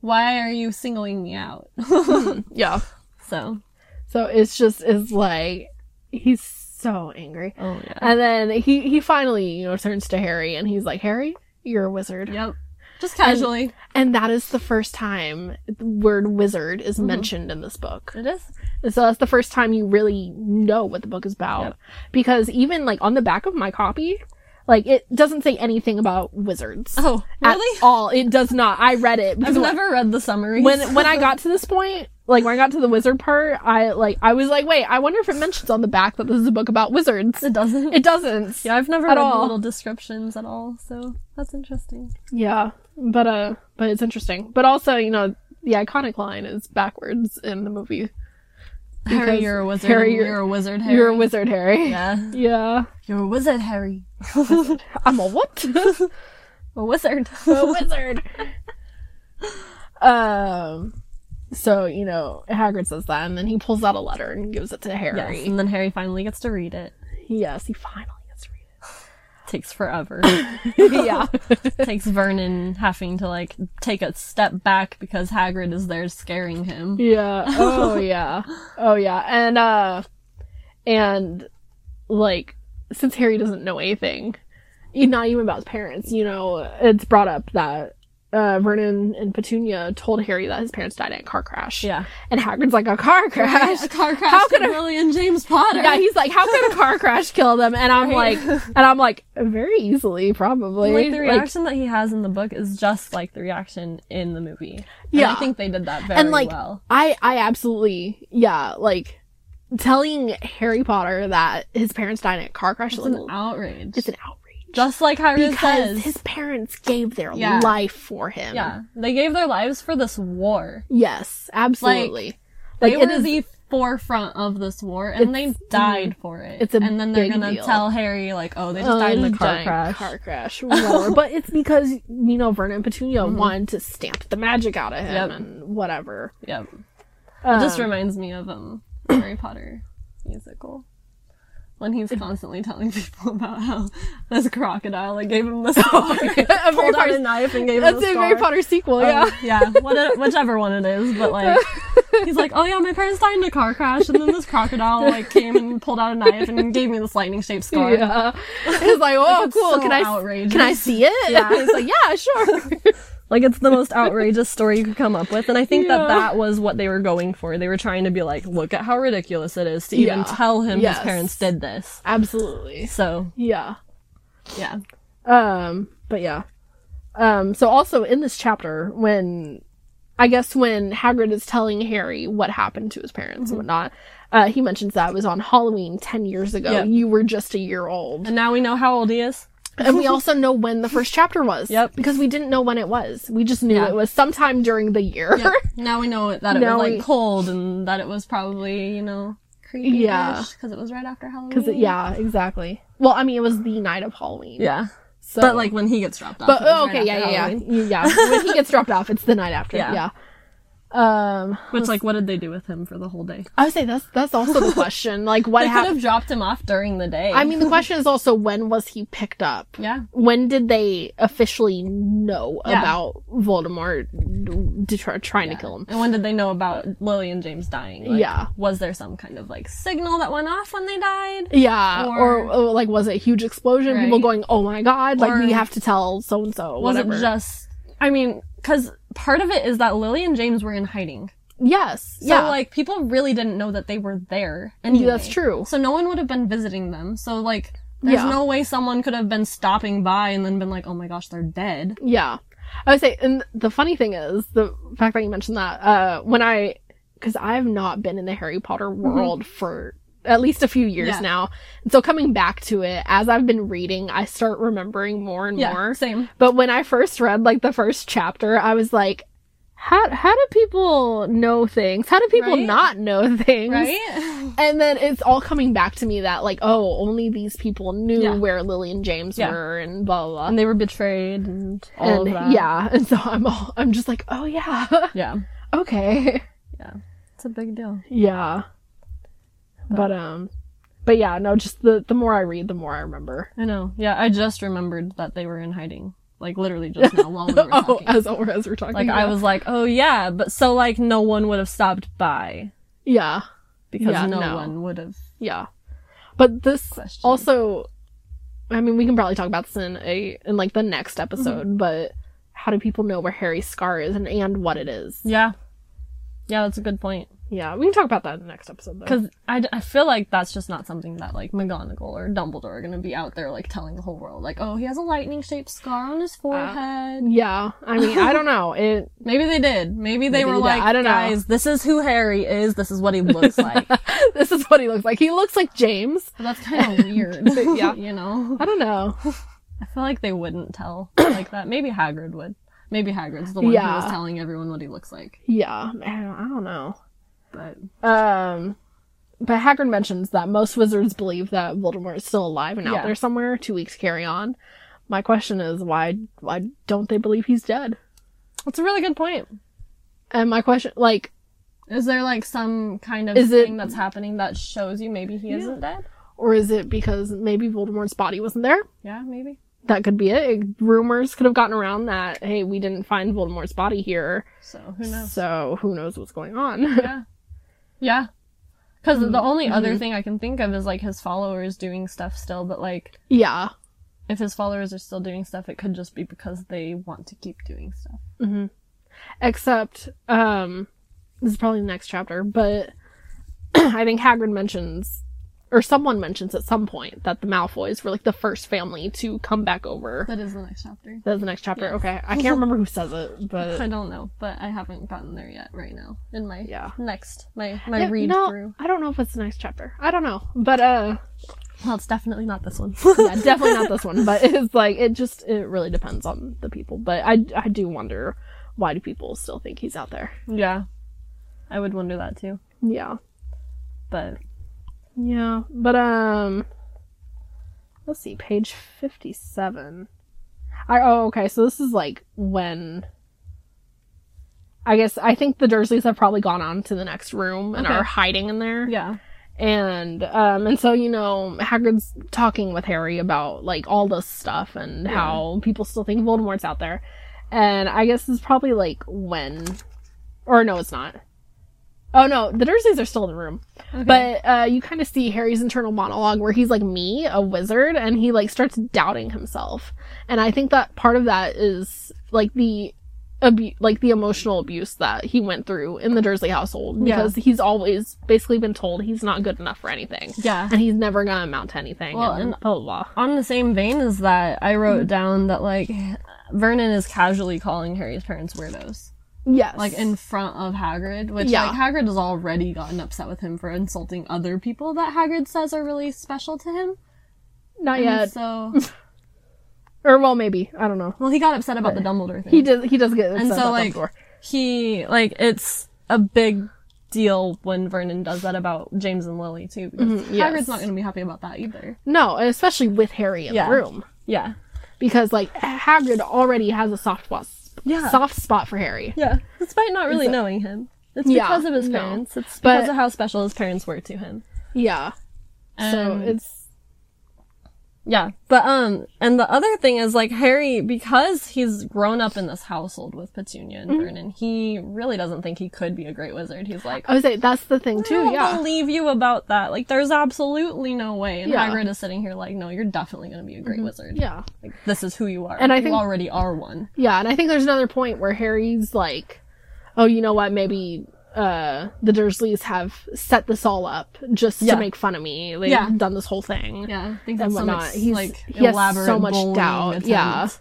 why are you singling me out? Yeah. so So it's just is like, he's so angry. Oh yeah. And then he he finally you know turns to Harry and he's like, Harry, you're a wizard. Yep. Just casually. And that is the first time the word wizard is mentioned in this book. it is. And so that's the first time you really know what the book is about. Yep. Because even like on the back of my copy, like it doesn't say anything about wizards. Oh, At really? all. It does not. I read it I've because when- never read the summaries. when when I got to this point, like when I got to the wizard part, I like I was like, wait, I wonder if it mentions on the back that this is a book about wizards. it doesn't. It doesn't. yeah, I've never at read the all. little descriptions at all, so that's interesting. Yeah, but uh, but it's interesting. But also, you know, the iconic line is backwards in the movie. Harry, Because you're a wizard. Harry, and you're- you're, a wizard, Harry. You're a wizard, Harry. Yeah. Yeah. You're a wizard, Harry. I'm a what? A wizard. a wizard. um. So you know, Hagrid says that, and then he pulls out a letter and gives it to yes. Harry. And then Harry finally gets to read it. Yes, yes he finally gets to read Takes forever. it. yeah. Takes Vernon having to like take a step back because Hagrid is there scaring him. Yeah. Oh yeah. Oh yeah. And uh and like since Harry doesn't know anything, e- not even about his parents, you know, it's brought up that uh Vernon and Petunia told Harry that his parents died in a car crash. Yeah. And Hagrid's like a car crash. A car crash. How How could could a- Willie and James Potter? Yeah, he's like, how could a car crash kill them? And I'm Right. like, and I'm like, very easily, probably. like the Like, reaction that he has in the book is just like the reaction in the movie. And Yeah. I think they did that very and like well. I I absolutely yeah like telling Harry Potter that his parents died in a car crash It's is an outrage. it's an outrage just like Hagrid because says. his parents gave their Yeah. life for him. yeah. They gave their lives for this war. Yes, absolutely. they Like, it were is the forefront of this war, and they died for it. it's a and then they're big gonna deal. tell Harry like, "Oh, they just oh, died in it a is car giant crash." Car crash, whatever. but it's because you know Vernon and Petunia wanted to stamp the magic out of him Mm-hmm. Yep. and whatever. Yep. Um, It just reminds me of um Harry Potter musical. When he's constantly telling people about how this crocodile like gave him this Harry pulled out Potter's- a knife and gave him that's the a scar. Harry Potter sequel. yeah, Um, yeah, what, whichever one it is, but like he's like, oh yeah, my parents died in a car crash, and then this crocodile like came and pulled out a knife and gave me this lightning shaped scar. yeah. It's like, oh, it's cool. so can I outrageous. can I see it? Yeah. He's like, yeah, sure. Like it's the most outrageous story you could come up with, and I think Yeah. that that was what they were going for. They were trying to be like, look at how ridiculous it is to even Yeah. tell him Yes. his parents did this. Absolutely. So Yeah. yeah, Um, but yeah. Um, so also in this chapter, when I guess when Hagrid is telling Harry what happened to his parents and whatnot, uh, he mentions that it was on Halloween ten years ago. Yeah. You were just a year old, and now we know how old he is. and we also know when the first chapter was. Yep. Because we didn't know when it was. We just knew Yeah. it was sometime during the year. Yep. Now we know that it Now was like we- cold and that it was probably you know creepy. Yeah. Yeah, because it was right after Halloween. 'Cause it- yeah, exactly. Well, I mean, it was the night of Halloween. yeah. So. But like when he gets dropped off. But it was oh, right okay, yeah, after yeah, yeah, Halloween. yeah. When he gets dropped off, it's the night after. Yeah. Yeah. Um, Which, like, what did they do with him for the whole day? I would say that's that's also the question. Like, what They could happened? have dropped him off during the day. I mean, the question is also when was he picked up? yeah. When did they officially know Yeah. about Voldemort d- try- trying to kill him? And when did they know about Lily and James dying? Like, Yeah. Was there some kind of like signal that went off when they died? Yeah, or, Or- or, like was it a huge explosion? People Right. going, "Oh my god!" Like Or- we have to tell so and so. Was Whatever. it just? I mean, because part of it is that Lily and James were in hiding. yes. So, yeah. like, people really didn't know that they were there. Anyway. That's true. So no one would have been visiting them. So like, there's Yeah. no way someone could have been stopping by and then been like, oh my gosh, they're dead. Yeah. I would say, and the funny thing is, the fact that you mentioned that, uh, when I, because I've not been in the Harry Potter world for at least a few years Mm-hmm. Yeah. now. And so coming back to it, as I've been reading, I start remembering more and Yeah. more. Same. But when I first read, like, the first chapter, I was like, how, how do people know things? How do people Right? not know things? Right. And then it's all coming back to me that, like, oh, only these people knew Yeah. where Lily and James Yeah. were and blah, blah, blah and they were betrayed and all and of that. yeah and so i'm all i'm just like oh yeah Yeah. okay It's a big deal. yeah but um but yeah no just the the more i read the more i remember I know. Yeah, I just remembered that they were in hiding. Like literally just now while we were oh talking. as, we're- as we're talking like yeah. I was like, oh yeah, but so like no one would have stopped by yeah because Yeah, no, no. one would have yeah but this questioned. also i mean we can probably talk about this in a in like the next episode but how do people know where harry's scar is and and what it is yeah, yeah, that's a good point. yeah we can talk about that in the next episode though Because I, d- I feel like that's just not something that like McGonagall or Dumbledore are gonna be out there like telling the whole world like, oh, he has a lightning shaped scar on his Uh, forehead. yeah i mean i don't know it Maybe they did. Maybe they Maybe were they did. like, I don't know. guys, this is who Harry is. This is what he looks like. but this is what he looks like he looks like james that's kind of weird. Yeah. you know. i don't know I feel like they wouldn't tell like that. Maybe Hagrid would. Maybe Hagrid's the one Yeah. who was telling everyone what he looks like. Yeah, I don't, I don't know. But Um, but Hagrid mentions that most wizards believe that Voldemort is still alive and out Yeah. there somewhere. Two weeks carry on. My question is why? Why don't they believe he's dead? that's a really good point. And my question, like, Is there like some kind of Is it- thing that's happening that shows you maybe he isn't dead? or is it because maybe Voldemort's body wasn't there? Yeah, maybe. That could be it. Rumors could have gotten around that hey, we didn't find Voldemort's body here, So who knows? so who knows what's going on? yeah, yeah. Because the only other thing I can think of is like his followers doing stuff still, but like yeah. if his followers are still doing stuff, it could just be because they want to keep doing stuff. Mm-hmm. except um this is probably the next chapter but i think hagrid mentions or someone mentions at some point that the malfoys were like the first family to come back over That is the next chapter. that's the next chapter okay i can't remember who says it I but don't know, but I haven't gotten there yet right now in my Yeah. next my my Yeah, read no, through. i don't know if it's the next chapter i don't know but uh Well, it's definitely not this one. yeah definitely not this one but it's like it just it really depends on the people but i i do wonder why do people still think he's out there yeah. I would wonder that too. yeah But Yeah, but um, let's see, page fifty-seven. I oh okay, so this is like when. I guess I think the Dursleys have probably gone on to the next room and Okay. are hiding in there. yeah. And um and so you know Hagrid's talking with Harry about like all this stuff and how people still think Voldemort's out there. And I guess it's probably like when or no it's not. Oh no, the Dursleys are still in the room. Okay. But uh, you kind of see Harry's internal monologue where he's like me, a wizard, and he like starts doubting himself. And I think that part of that is like the abu- like the emotional abuse that he went through in the Dursley household Yeah. because he's always basically been told he's not good enough for anything. yeah. And he's never gonna amount to anything. Well, and and- blah, blah, blah. On the same vein as that, I wrote down that like Vernon is casually calling Harry's parents weirdos. Yes. Like in front of Hagrid, which Yeah. like Hagrid has already gotten upset with him for insulting other people that Hagrid says are really special to him. not And yet. So Or well maybe. I don't know. Well he got upset about the Dumbledore thing. He does he does get upset so, about like, Dumbledore. he like it's a big deal when Vernon does that about James and Lily too. Because Mm-hmm. yes. Hagrid's not going to be happy about that either. No, and especially with Harry in Yeah. the room. Yeah, because like Hagrid already has a soft spot Yeah. soft spot for Harry. Yeah. Despite not really It's a- knowing him. It's Yeah, because of his no. parents. It's But- because of how special his parents were to him. Yeah. so Um, And- it's Yeah, but um, and the other thing is like Harry, because he's grown up in this household with Petunia Mm-hmm. and Vernon, he really doesn't think he could be a great wizard. He's like, I would say that's the thing I too. don't Yeah. believe you about that. Like, there's absolutely no way. And Yeah. Mm-hmm. Hagrid is sitting here like, no, you're definitely going to be a great wizard. Yeah. Like, this is who you are. And I you think- already are one. Yeah, and I think there's another point where Harry's like, "Oh, you know what? Maybe uh the Dursleys have set this all up just Yeah. to make fun of me. They've Yeah. done this whole thing." Yeah, I think And that's some whatnot. ex- He's- like he has elaborate so much bullying doubt, yeah. attempt,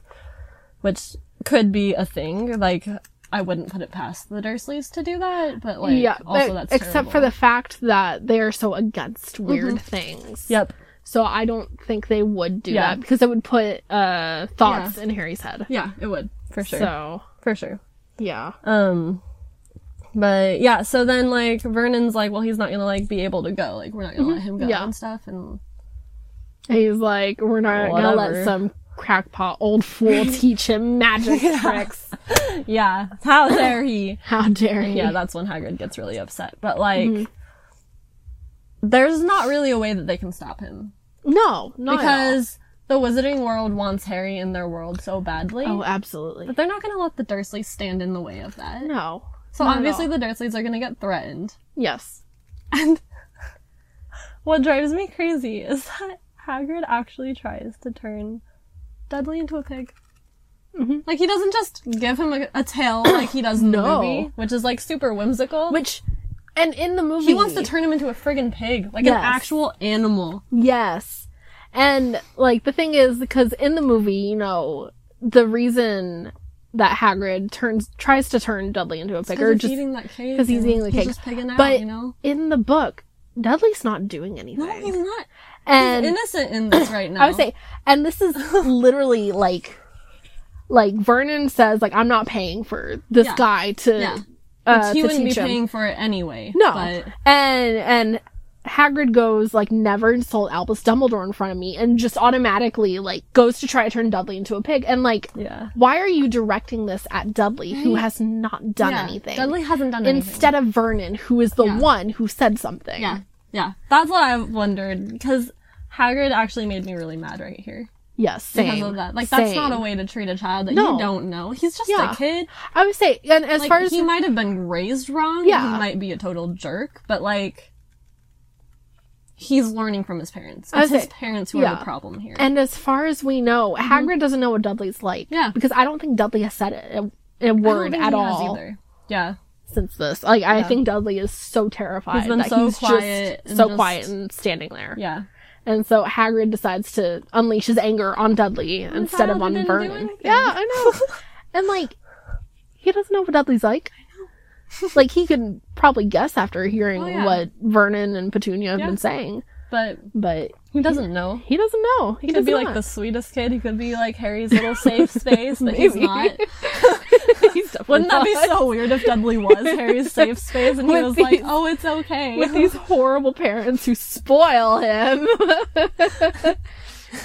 which could be a thing. Like, I wouldn't put it past the Dursleys to do that, but like, yeah, also but- that's except for terrible. the fact that they are so against weird things. Yep. Mm-hmm. So I don't think they would do Yeah. that because it would put uh thoughts in Harry's head. Yeah, it would for sure. So For sure. yeah, Um, but yeah, so then like Vernon's like, well, he's not gonna like be able to go. Like, we're not gonna let him go Mm-hmm. Yeah. and stuff. And he's like, "We're not gonna let Whatever. some crackpot old fool teach him magic tricks. yeah, how dare he? How dare he?" yeah, that's when Hagrid gets really upset. But like, Mm-hmm. there's not really a way that they can stop him No, not at all. because the Wizarding World wants Harry in their world so badly. Oh, absolutely. but they're not gonna let the Dursleys stand in the way of that. No. so not at obviously all. the Dursleys are gonna get threatened. Yes. And what drives me crazy is that Hagrid actually tries to turn Dudley into a pig. Mhm. Like he doesn't just give him a, a tail like he does in No. the movie, which is like super whimsical. Which, and in the movie, he wants to turn him into a friggin' pig, like Yes. an actual animal. Yes, and like the thing is, because in the movie, you know, the reason that Hagrid turns tries to turn Dudley into a pig, or Because he's just eating that cake. 'cause he's and eating the cake. He's just pigging out, But- you know. in the book, Dudley's not doing anything. No, he's not. and he's innocent in this right now. I would say, and this is literally like, like Vernon says, like I'm not paying for this Yeah. guy to. Yeah. Uh, he to wouldn't be teach him. paying for it anyway. No. but And and Hagrid goes like never insult Albus Dumbledore in front of me and just automatically like goes to try to turn Dudley into a pig and like yeah, why are you directing this at Dudley who Right? has not done Yeah. anything Dudley hasn't done anything. instead of Vernon who is the Yeah. one who said something. Yeah, yeah. That's what I've wondered because Hagrid actually made me really mad right here Yes, because same. of that. Like, that's not a same. way to treat a child that No. you don't know. He's just Yeah. a kid. I would say and as Like, far as he might have been raised wrong. Yeah. he might be a total jerk, but like. He's learning from his parents. I It's would his say- parents who are yeah. the problem here. and as far as we know, Hagrid doesn't know what Dudley's like. Mm-hmm. Yeah. Because I don't think Dudley has said it a, a I don't word think at he has all. Either. Yeah, since this. Like I Yeah. think Dudley is so terrified He's been that so he's quiet just and so just- quiet and standing there. yeah. And so Hagrid decides to unleash his anger on Dudley instead glad of we on didn't do Vernon. anything. Yeah, I know. and like he doesn't know what Dudley's like. like he could probably guess after hearing Oh, yeah. what Vernon and Petunia have Yeah. been saying, But but he doesn't know. he doesn't know. He, He doesn't could be like the sweetest kid. He could be like Harry's little safe space, but he's Maybe. not. He's definitely Wouldn't that be not. so weird if Dudley was Harry's safe space and he With was like, these- "Oh, it's okay." with these horrible parents who spoil him.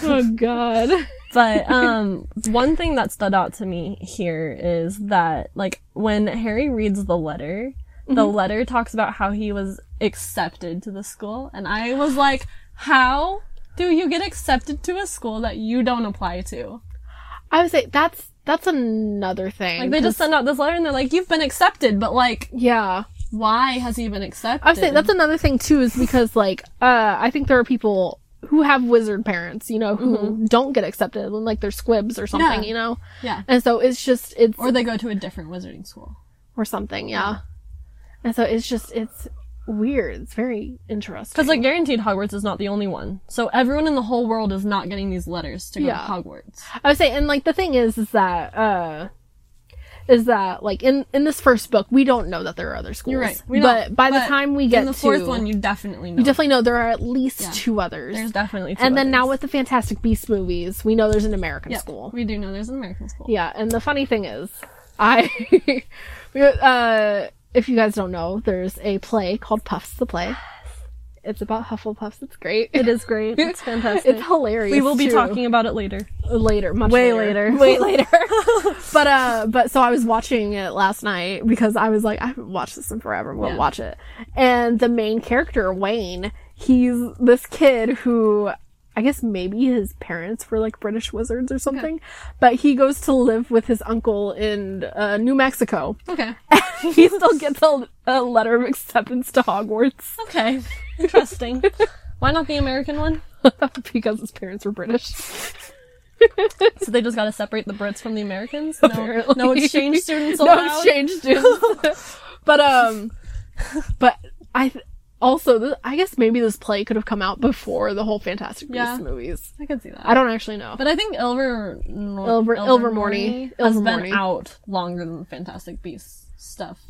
oh god. but um, one thing that stood out to me here is that like when Harry reads the letter, the Mm-hmm. letter talks about how he was accepted to the school, and I was like, "How do you get accepted to a school that you don't apply to?" I would say that's that's another thing. Like they just 'cause- send out this letter and they're like, "You've been accepted," but like, yeah. why has he been accepted? I would say that's another thing too is because like uh I think there are people who have wizard parents, you know, who don't get accepted and like they're squibs or something, Yeah. you know. yeah. And so it's just it's Or or, they go to a different wizarding school. something, yeah. And so it's just it's weird. It's very interesting. Because, like, guaranteed Hogwarts is not the only one. So everyone in the whole world is not getting these letters to go Yeah. to Hogwarts. I would say, and like the thing is, is that uh, is that like in in this first book, we don't know that there are other schools. You're right. We but don't- by the but time we get in the to fourth one, you definitely know. we definitely know there are at least Yeah. two others. there's And definitely. Two then now others. with the Fantastic Beasts movies, we know there's an American Yep, school. we do know there's an American school. Yeah, and the funny thing is, I uh, if you guys don't know, there's a play called Puffs the Play. It's about Hufflepuffs. It's great. It is great. It's fantastic. It's hilarious. we will be too. talking about it later. later, much Way later. way later. but uh, but so I was watching it last night because I was like, I haven't watched this in forever. We'll Yeah. watch it. And the main character, Wayne, he's this kid who. I guess maybe his parents were like British wizards or something, but he goes to live with his uncle in uh, New Mexico. Okay. he still gets a, a letter of acceptance to Hogwarts Okay. Interesting. Why not the American one? because his parents were British. So they just got to separate the Brits from the Americans. No, Apparently. no exchange students no allowed. exchange students. but um, but I th- also th- I guess maybe this play could have come out before the whole Fantastic Yeah. Beasts movies. I can see that. I don't actually know. But I think Elver Nor- Elver- Ilvermorny. Morny has Ilvermorny. been out longer than Fantastic Beasts stuff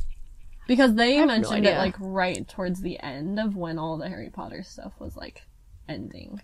because they have no mentioned it idea. like right towards the end of when all the Harry Potter stuff was like ending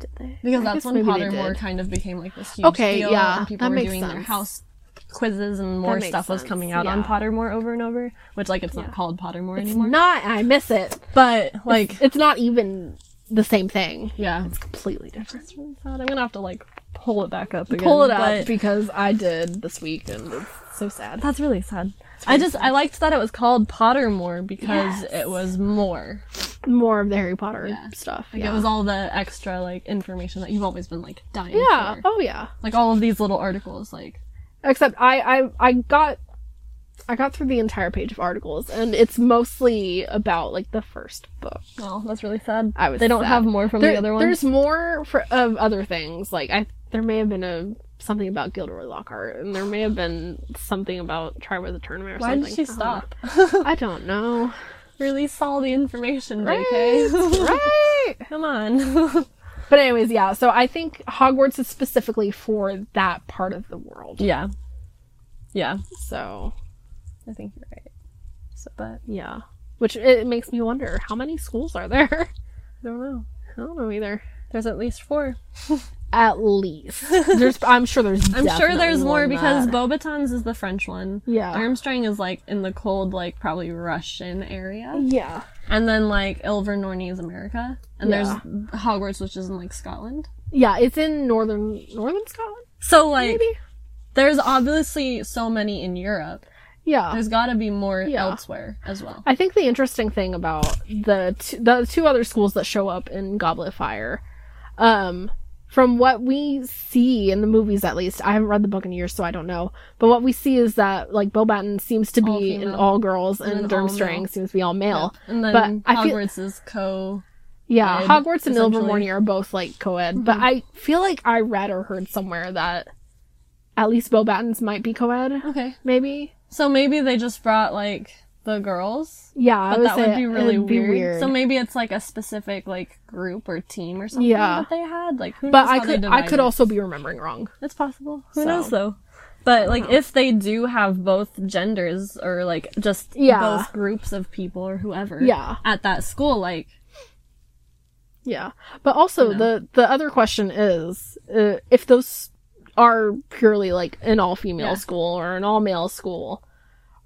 Did they? because I that's guess when maybe they Pottermore did. kind of became like this huge Okay, deal yeah, and people that were makes doing their sense. house quizzes and more makes stuff was sense, coming out on yeah. Pottermore over and over, which like it's not called Pottermore It's anymore. not. I miss it. but like It's not even the same thing. yeah, It's completely different. It's really sad. I'm gonna have to like pull it back up. Again, Pull it up but- because I did this week and it's so sad. That's really sad. I just I liked that it was called Pottermore because it was more. More of the Harry Potter Yeah. stuff. Like yeah. it was all the extra like information that you've always been like dying yeah. for. Oh yeah. Like all of these little articles like except I, I i got i got through the entire page of articles and it's mostly about like the first book oh, that's really sad. I was they don't sad. have more from There- the other ones. there's more for, of other things like i there may have been a something about gilderoy lockhart and there may have been something about try with the tournament or Why something did she I don't know. stop? i don't know Release all the information, right JK. right Come on. but anyways yeah so i think hogwarts is specifically for that part of the world yeah. Yeah. so I think you're right. So but yeah which it makes me wonder how many schools are there I don't know. i don't know either There's at least four. At least. There's I'm sure there's I'm sure there's definitely more because that- Bobaton's is the French one. Yeah. Armstrong is like in the cold, like probably Russian area. Yeah. And then like Ilvernorny is America. And Yeah. there's Hogwarts, which is in like Scotland. Yeah, it's in northern northern Scotland, So like maybe? there's obviously so many in Europe. Yeah. There's gotta be more Yeah. elsewhere as well. I think the interesting thing about the t- the two other schools that show up in Goblet of Fire, um, from what we see in the movies at least, I haven't read the book in years, so I don't know. But what we see is that like Bobaton seems to All be in female. all girls, And and, then all Durmstrang male. seems to be all male. And then But I feel- Hogwarts is co Yeah, Ed, Hogwarts and essentially. Mm-hmm. Ilvermorny are both like co-ed, but I feel like I read or heard somewhere that at least Bobatons might be co-ed, Okay. maybe. So maybe they just brought like the girls. Yeah, I But would that would say be really it'd be weird. So maybe it's like a specific like group or team or something Yeah. that they had. Like who knows? but how I they could I divide it. could also be remembering wrong. It's possible. Who So. knows though? But like if they do have both genders or like just Yeah. both groups of people or whoever Yeah. at that school, like Yeah, but also You know. the the other question is uh, if those are purely like an all female Yeah. school or an all male school,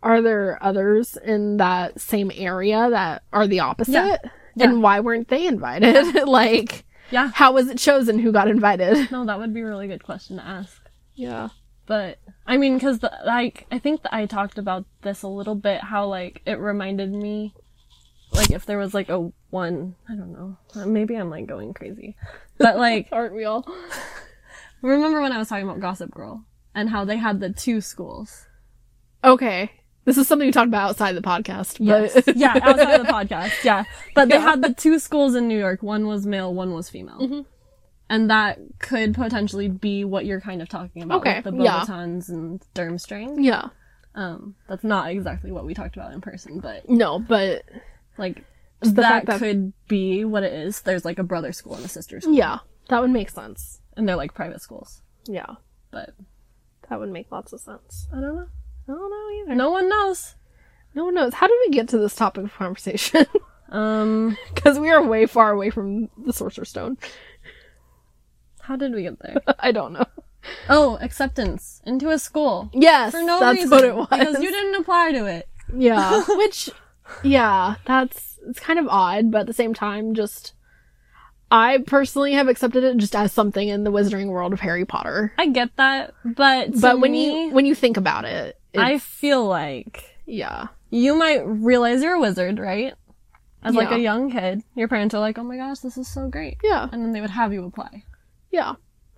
are there others in that same area that are the opposite? Yeah. And why weren't they invited? like. yeah. How was it chosen who got invited? No, that would be a really good question to ask. Yeah. But I mean, because like I think that I talked about this a little bit, how like it reminded me, like if there was like a one, I don't know, maybe I'm like going crazy, but like Aren't we all? remember when I was talking about Gossip Girl and how they had the two schools. Okay. This is something we talked about outside the podcast. Yes. But yeah, outside of the podcast. Yeah. But they had the two schools in New York. One was male, one was female. Mm-hmm. And that could potentially be what you're kind of talking about. Okay, With the yeah. Bobatons and Durmstrang. yeah. Um, that's not exactly what we talked about in person, but No, but like Just the that, fact that- could be what it is. There's like a brother school and a sister school. yeah, that would make sense. And they're like private schools. Yeah. But That would make lots of sense. I don't know. I don't know either. No one knows. No one knows. How did we get to this topic of conversation? Um Because we are way far away from the Sorcerer's Stone. how did we get there? I don't know. oh, acceptance into a school. Yes, For no that's reason. what it was. Uh-huh. Because you didn't apply to it. yeah, which, yeah, that's it's kind of odd, but at the same time, just I personally have accepted it just as something in the wizarding world of Harry Potter. I get that, but to but when me, you when you think about it, I it's- feel like yeah, you might realize you're a wizard, right? As like Yeah. a young kid, your parents are like, "Oh my gosh, this is so great," yeah, and then they would have you apply. yeah.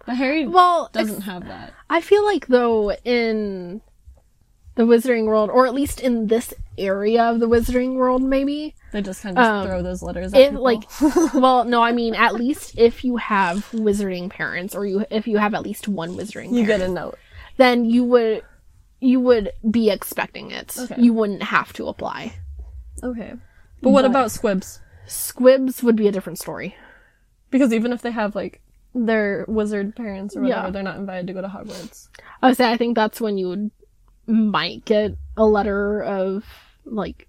But Harry Well, ex- doesn't have that. I feel like though in the wizarding world, or at least in this area of the wizarding world, maybe. They just kind of Um, throw those letters. At If people. like, well, no, I mean at least if you have wizarding parents, or you if you have at least one wizarding, you parent, get a note. then you would you would be expecting it. Okay. You wouldn't have to apply. Okay, but what But- about squibs? Squibs would be a different story. Because even if they have like their wizard parents or whatever, Yeah. they're not invited to go to Hogwarts. I would say I think that's when you would might get a letter of like,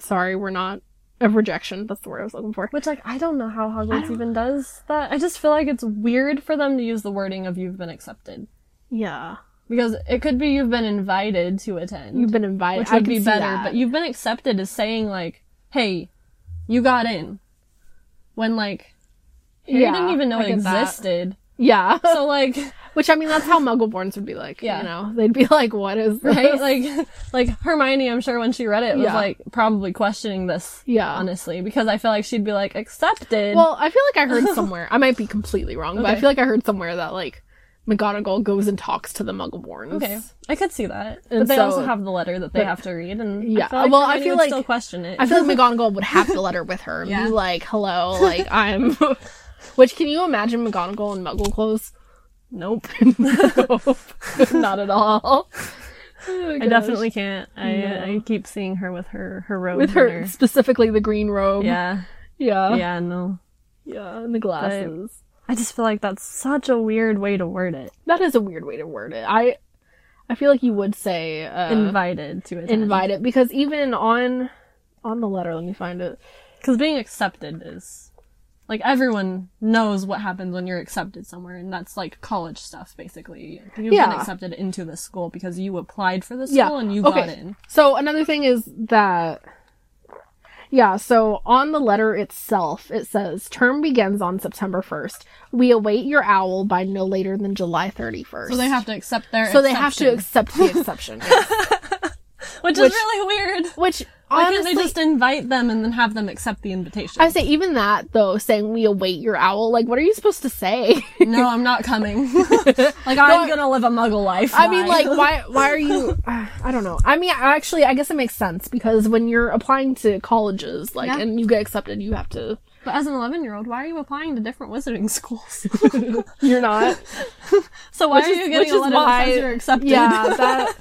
sorry, we're not of rejection. That's the word I was looking for. Which, like, I don't know how Hogwarts don't- even does that. I just feel like it's weird for them to use the wording of "you've been accepted" Yeah, because it could be you've been invited to attend, you've been invited, which I would could be see better. that. But "you've been accepted" is saying like, "Hey, you got in," when like Harry Yeah, didn't even know I it get that. existed. yeah, so like, which I mean that's how Muggleborns would be like. Yeah. you know, they'd be like, what is this? right? like, like Hermione, I'm sure when she read it was Yeah. like probably questioning this. yeah. Honestly, because I feel like she'd be like accepted. Well, I feel like I heard somewhere. I might be completely wrong, but I Okay. feel like I heard somewhere that like McGonagall goes and talks to the Muggleborns. Okay, I could see that, but And they so- also have the letter that they but- have to read, and Yeah, I feel like well, I Hermione feel would like- still question it. I feel like McGonagall would have the letter with her and Yeah. be like, "Hello, like I'm." Which can you imagine McGonagall in Muggle clothes? nope, Nope. not at all. Oh, I gosh. definitely can't. I No. I keep seeing her with her her robe with and her specifically the green robe. Yeah, yeah, yeah, yeah, no. and the glasses. I just feel like that's such a weird way to word it. That is a weird way to word it. I, I feel like you would say uh, invited to attend. invite it because even on on the letter, let me find it. because being accepted is like everyone knows what happens when you're accepted somewhere, and that's like college stuff basically. You've Yeah. been accepted into this school because you applied for the school Yeah. and you got Okay. in. So another thing is that yeah, so on the letter itself it says term begins on September 1st. We await your owl by no later than July 31st. So they have to accept their. So they have to acceptance. accept the exception. yes. which, Which- is really weird. Which Why honestly can't they just invite them and then have them accept the invitation? I say even that though saying we await your owl like what are you supposed to say? no, I'm not coming. like I'm gonna live a muggle life. I mean, Bye. like, why? Why are you? Uh, I don't know. I mean, I- actually, I guess it makes sense because when you're applying to colleges, like, Yeah. and you get accepted, you have to. But as an 11 year old, why are you applying to different wizarding schools? You're not. so why Which are is- you which getting a is letter that why- says you're accepted? yeah, that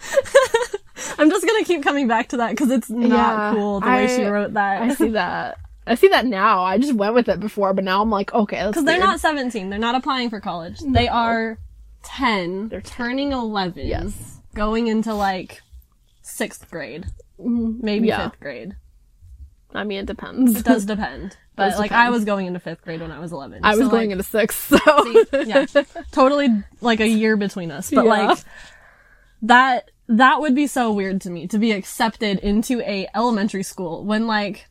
I'm just gonna keep coming back to that because it's not Yeah, cool the way she I- wrote that. I see that. I see that now. I just went with it before, but now I'm like, okay, that's Because they're weird. not 17. They're not applying for college. They are 10. They're 10. turning 11. Yes. Going into like sixth grade, Mm, maybe Yeah. fifth grade. I mean, it depends. It does depend. But Does like depend. I was going into fifth grade when I was 11. I was so, going like, into six, so yeah, totally like a year between us. But Yeah. like that that would be so weird to me to be accepted into a elementary school when like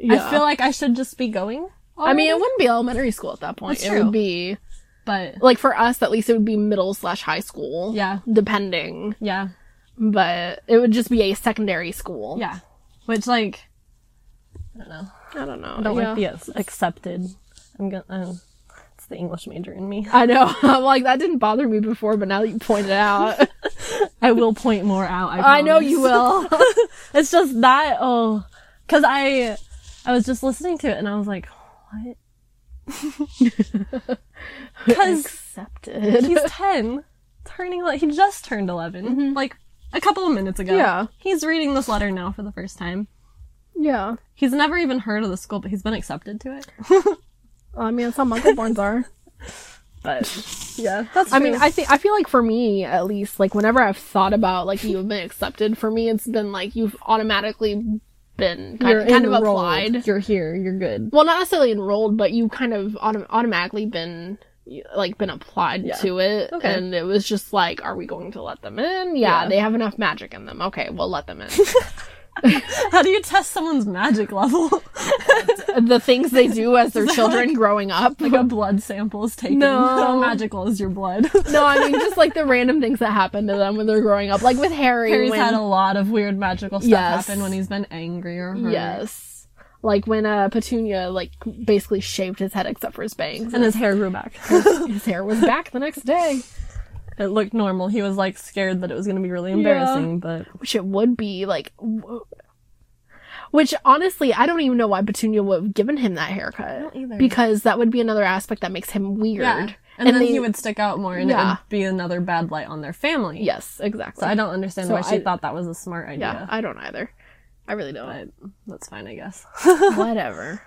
I Yeah. feel like I should just be going. I mean, it already, wouldn't be elementary school at that point. That's it true. would be but like for us, at least, it would be middle slash high school. Yeah. depending. yeah, but it would just be a secondary school. yeah, which like I don't know. I don't know. I don't yeah. like the ac- accepted. I'm gonna. Um, it's the English major in me. I know. I'm like that didn't bother me before, but now that you point it out, I will point more out. I, I know you promise. will. It's just that oh, because I I was just listening to it and I was like, what? Because Accepted. he's 10 turning ele- he just turned 11 like a couple of minutes ago Yeah. he's reading this letter now for the first time Yeah. he's never even heard of the school but he's been accepted to it I mean, that's how Muggleborns are. but yeah that's I mean, I think I feel like for me, at least, like whenever I've thought about like you've been accepted, for me, it's been like you've automatically been kind, you're kind of enrolled. applied. you're here you're good Well, not necessarily enrolled, but you kind of autom- automatically been like been applied Yeah. to it, Okay. and it was just like, are we going to let them in? Yeah, Yeah. they have enough magic in them. Okay, we'll let them in. how do you test someone's magic level the things they do as their children growing up. Like a blood sample is taken. No. How magical is your blood? No, I mean just like the random things that happen to them when they're growing up, like with Harry. Harry's when- had a lot of weird magical stuff Yes. happen when he's been angry or hurt. yes, like when uh, Petunia like basically shaved his head except for his bangs, And his hair grew back. his hair was back the next day, it looked normal. He was like scared that it was going to be really embarrassing, but which it would be like. w- Which honestly, I don't even know why Petunia would have given him that haircut. don't either. Because that would be another aspect that makes him weird. And, then they- he would stick out more and it Yeah. would be another bad light on their family. Yes, exactly. So I don't understand So why she I- thought that was a smart yeah, idea. I don't either. I really don't. But that's fine, I guess. Whatever.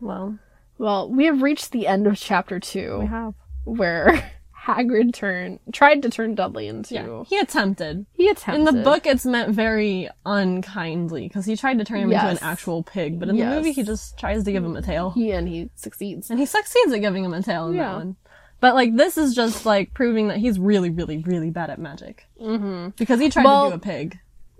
well, Well, we have reached the end of chapter two, we have. where Hagrid turned tried to turn Dudley into. Yeah. He attempted. He attempted. In the book, it's meant very unkindly because he tried to turn him Yes. into an actual pig, but in Yes. the movie, he just tries to give him a tail. he and he succeeds. and he succeeds at giving him a tail in Yeah. that one. But like, this is just like proving that he's really, really, really bad at magic Mm-hmm. because he tried Well- to do a pig.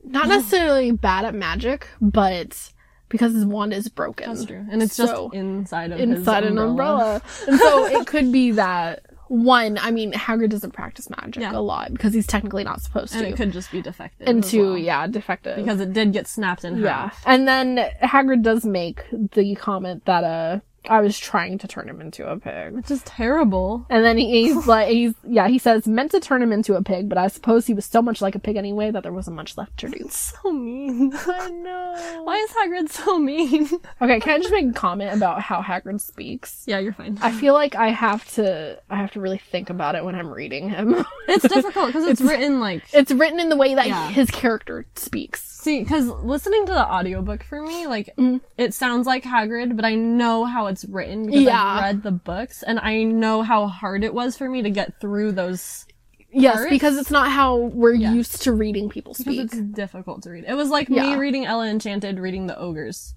Not necessarily bad at magic, but because his wand is broken, That's true, and it's So, just inside of inside his an umbrella, and so it could be that. One, I mean, Hagrid doesn't practice magic Yeah. a lot because he's technically not supposed and to. it could just be defective. and as two, well, yeah, defective. because it did get snapped in half. Yeah. And then Hagrid does make the comment that uh I was trying to turn him into a pig. which is terrible. And then he- he's like he's yeah, he says meant to turn him into a pig, but I suppose he was so much like a pig anyway that there wasn't much left to do. So mean. I know. Why is Hagrid so mean? Okay, can I just make a comment about how Hagrid speaks? yeah, you're fine. I feel like I have to I have to really think about it when I'm reading him. it's difficult because it's written like it's written in the way that Yeah. his character speaks. See, because listening to the audiobook for me, like, Mm. it sounds like Hagrid, but I know how it's written because Yeah. I've read the books, and I know how hard it was for me to get through those Yes, Parrots? because it's not how we're Yeah. used to reading people because speak. it's difficult to read. It was like Yeah. me reading Ella Enchanted, reading The Ogres.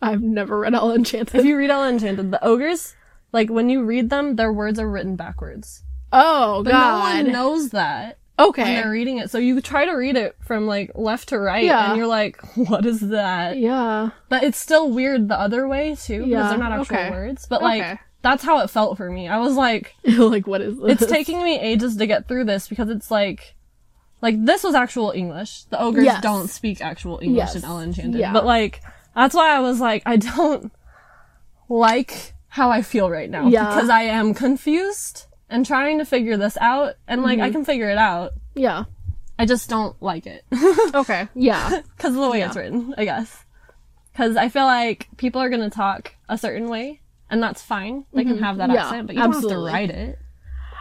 I've never read All Enchanted. If you read Ella Enchanted, The Ogres, like, when you read them, their words are written backwards. Oh But no god. one knows that when okay. they're reading it, so you try to read it from, like, left to right, Yeah. and you're like, what is that? Yeah. But it's still weird the other way too, Yeah, because they're not actual okay. words. But like Okay. that's how it felt for me. I was like, like what is this? it's taking me ages to get through this because it's like like this was actual English. The ogres Yes. don't speak actual English Yes. in Ellen Enchanted. Yeah. But like that's why I was like, I don't like how I feel right now. Yeah. Because I am confused and trying to figure this out and like I Mm-hmm. can figure it out. Yeah. I just don't like it. Okay. Yeah. because of the way it's written, I guess. Because I feel like people are going to talk a certain way, and that's fine. They can have that Mm-hmm. Yeah, accent, but you absolutely. don't have to write it.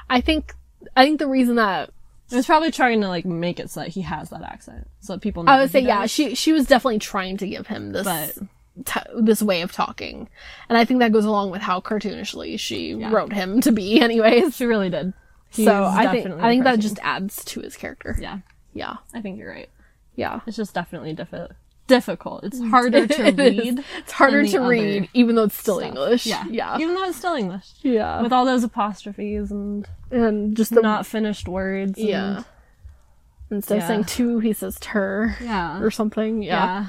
I think I think the reason that It was probably trying to like make it so that he has that accent, so that people. Know I would he say yeah, does. she she was definitely trying to give him this But- t- this way of talking. And I think that goes along with how cartoonishly she wrote him to be anyways. she really did. He's so I think definitely I think that depressing. just adds to his character. yeah, Yeah. I think you're right. Yeah. It's just definitely diffi- difficult. It's harder to It is. read. It's harder than the to read other even though it's still stuff. English. Yeah, Yeah. Even though it's still English, yeah. with all those apostrophes and and just the not finished words. and- Yeah. Instead of Yeah. saying two, he says ter yeah. or something. Yeah. yeah.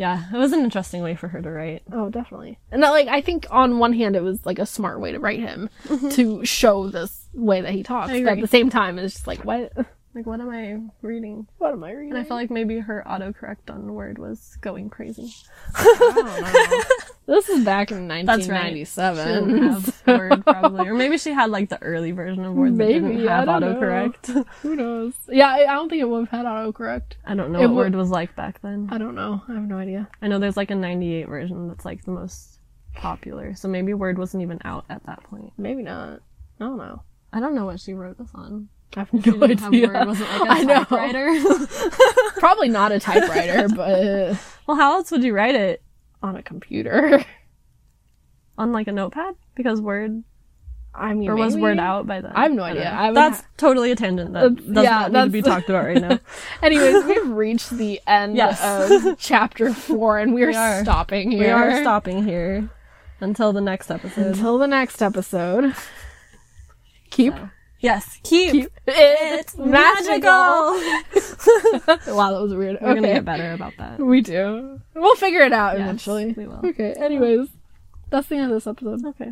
Yeah, it was an interesting way for her to write. Oh, definitely. And that, like, I think on one hand, it was like a smart way to write him to show this way that he talks. I But at agree. the same time, it's just like, what? Like, what am I reading? What am I reading? And I felt like maybe her autocorrect on Word was going crazy. this is back in That's right. She didn't 1997. have Word probably, or maybe she had like the early version of Word that didn't Maybe, I have don't know. autocorrect. Who knows? Yeah, I I don't think it would have had autocorrect. I don't know It what wa- Word was like back then. I don't know. I have no idea. I know there's like a '98 version that's like the most popular, so maybe Word wasn't even out at that point. Maybe not. I don't know. I don't know what she wrote this on. I have no Didn't have idea. Word wasn't like a I know. typewriter. Probably not a typewriter, but well, how else would you write it? on a computer. On like a notepad? Because Word I mean, Or was maybe. word out by then? I have no don't idea. know. Uh, I would that's ha- totally a tangent that That's- does yeah, not need to be that's- talked about right now. Anyways, we've reached the end Yes. of chapter four, and we're We are. stopping here. we are stopping here until the next episode. Until the next episode, keep So. Yes, keep, It's wow, that was weird. We're gonna Okay. get better about that. We do. We'll figure it out Yes, eventually. we will. Okay. Anyways, that's the end of this episode. Okay.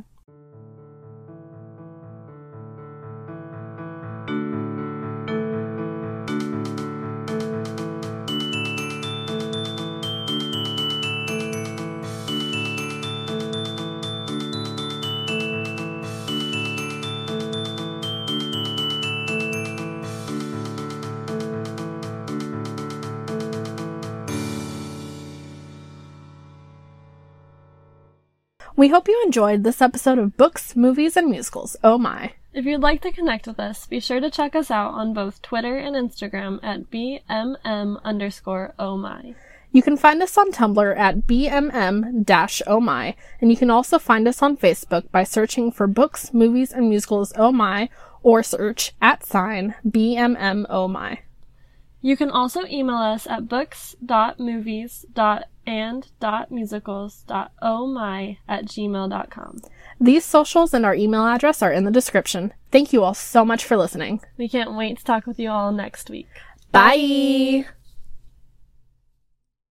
We hope you enjoyed this episode of Books, Movies, and Musicals. Oh my. If you'd like to connect with us, be sure to check us out on both Twitter and Instagram at BMM underscore oh my. You can find us on Tumblr at bmm oh my, and you can also find us on Facebook by searching for Books, Movies, and Musicals oh my, or search at sign bmm oh my. You can also email us at books.movies.and.musicals.ohmy at gmail.com. These socials and our email address are in the description. Thank you all so much for listening. We can't wait to talk with you all next week. Bye.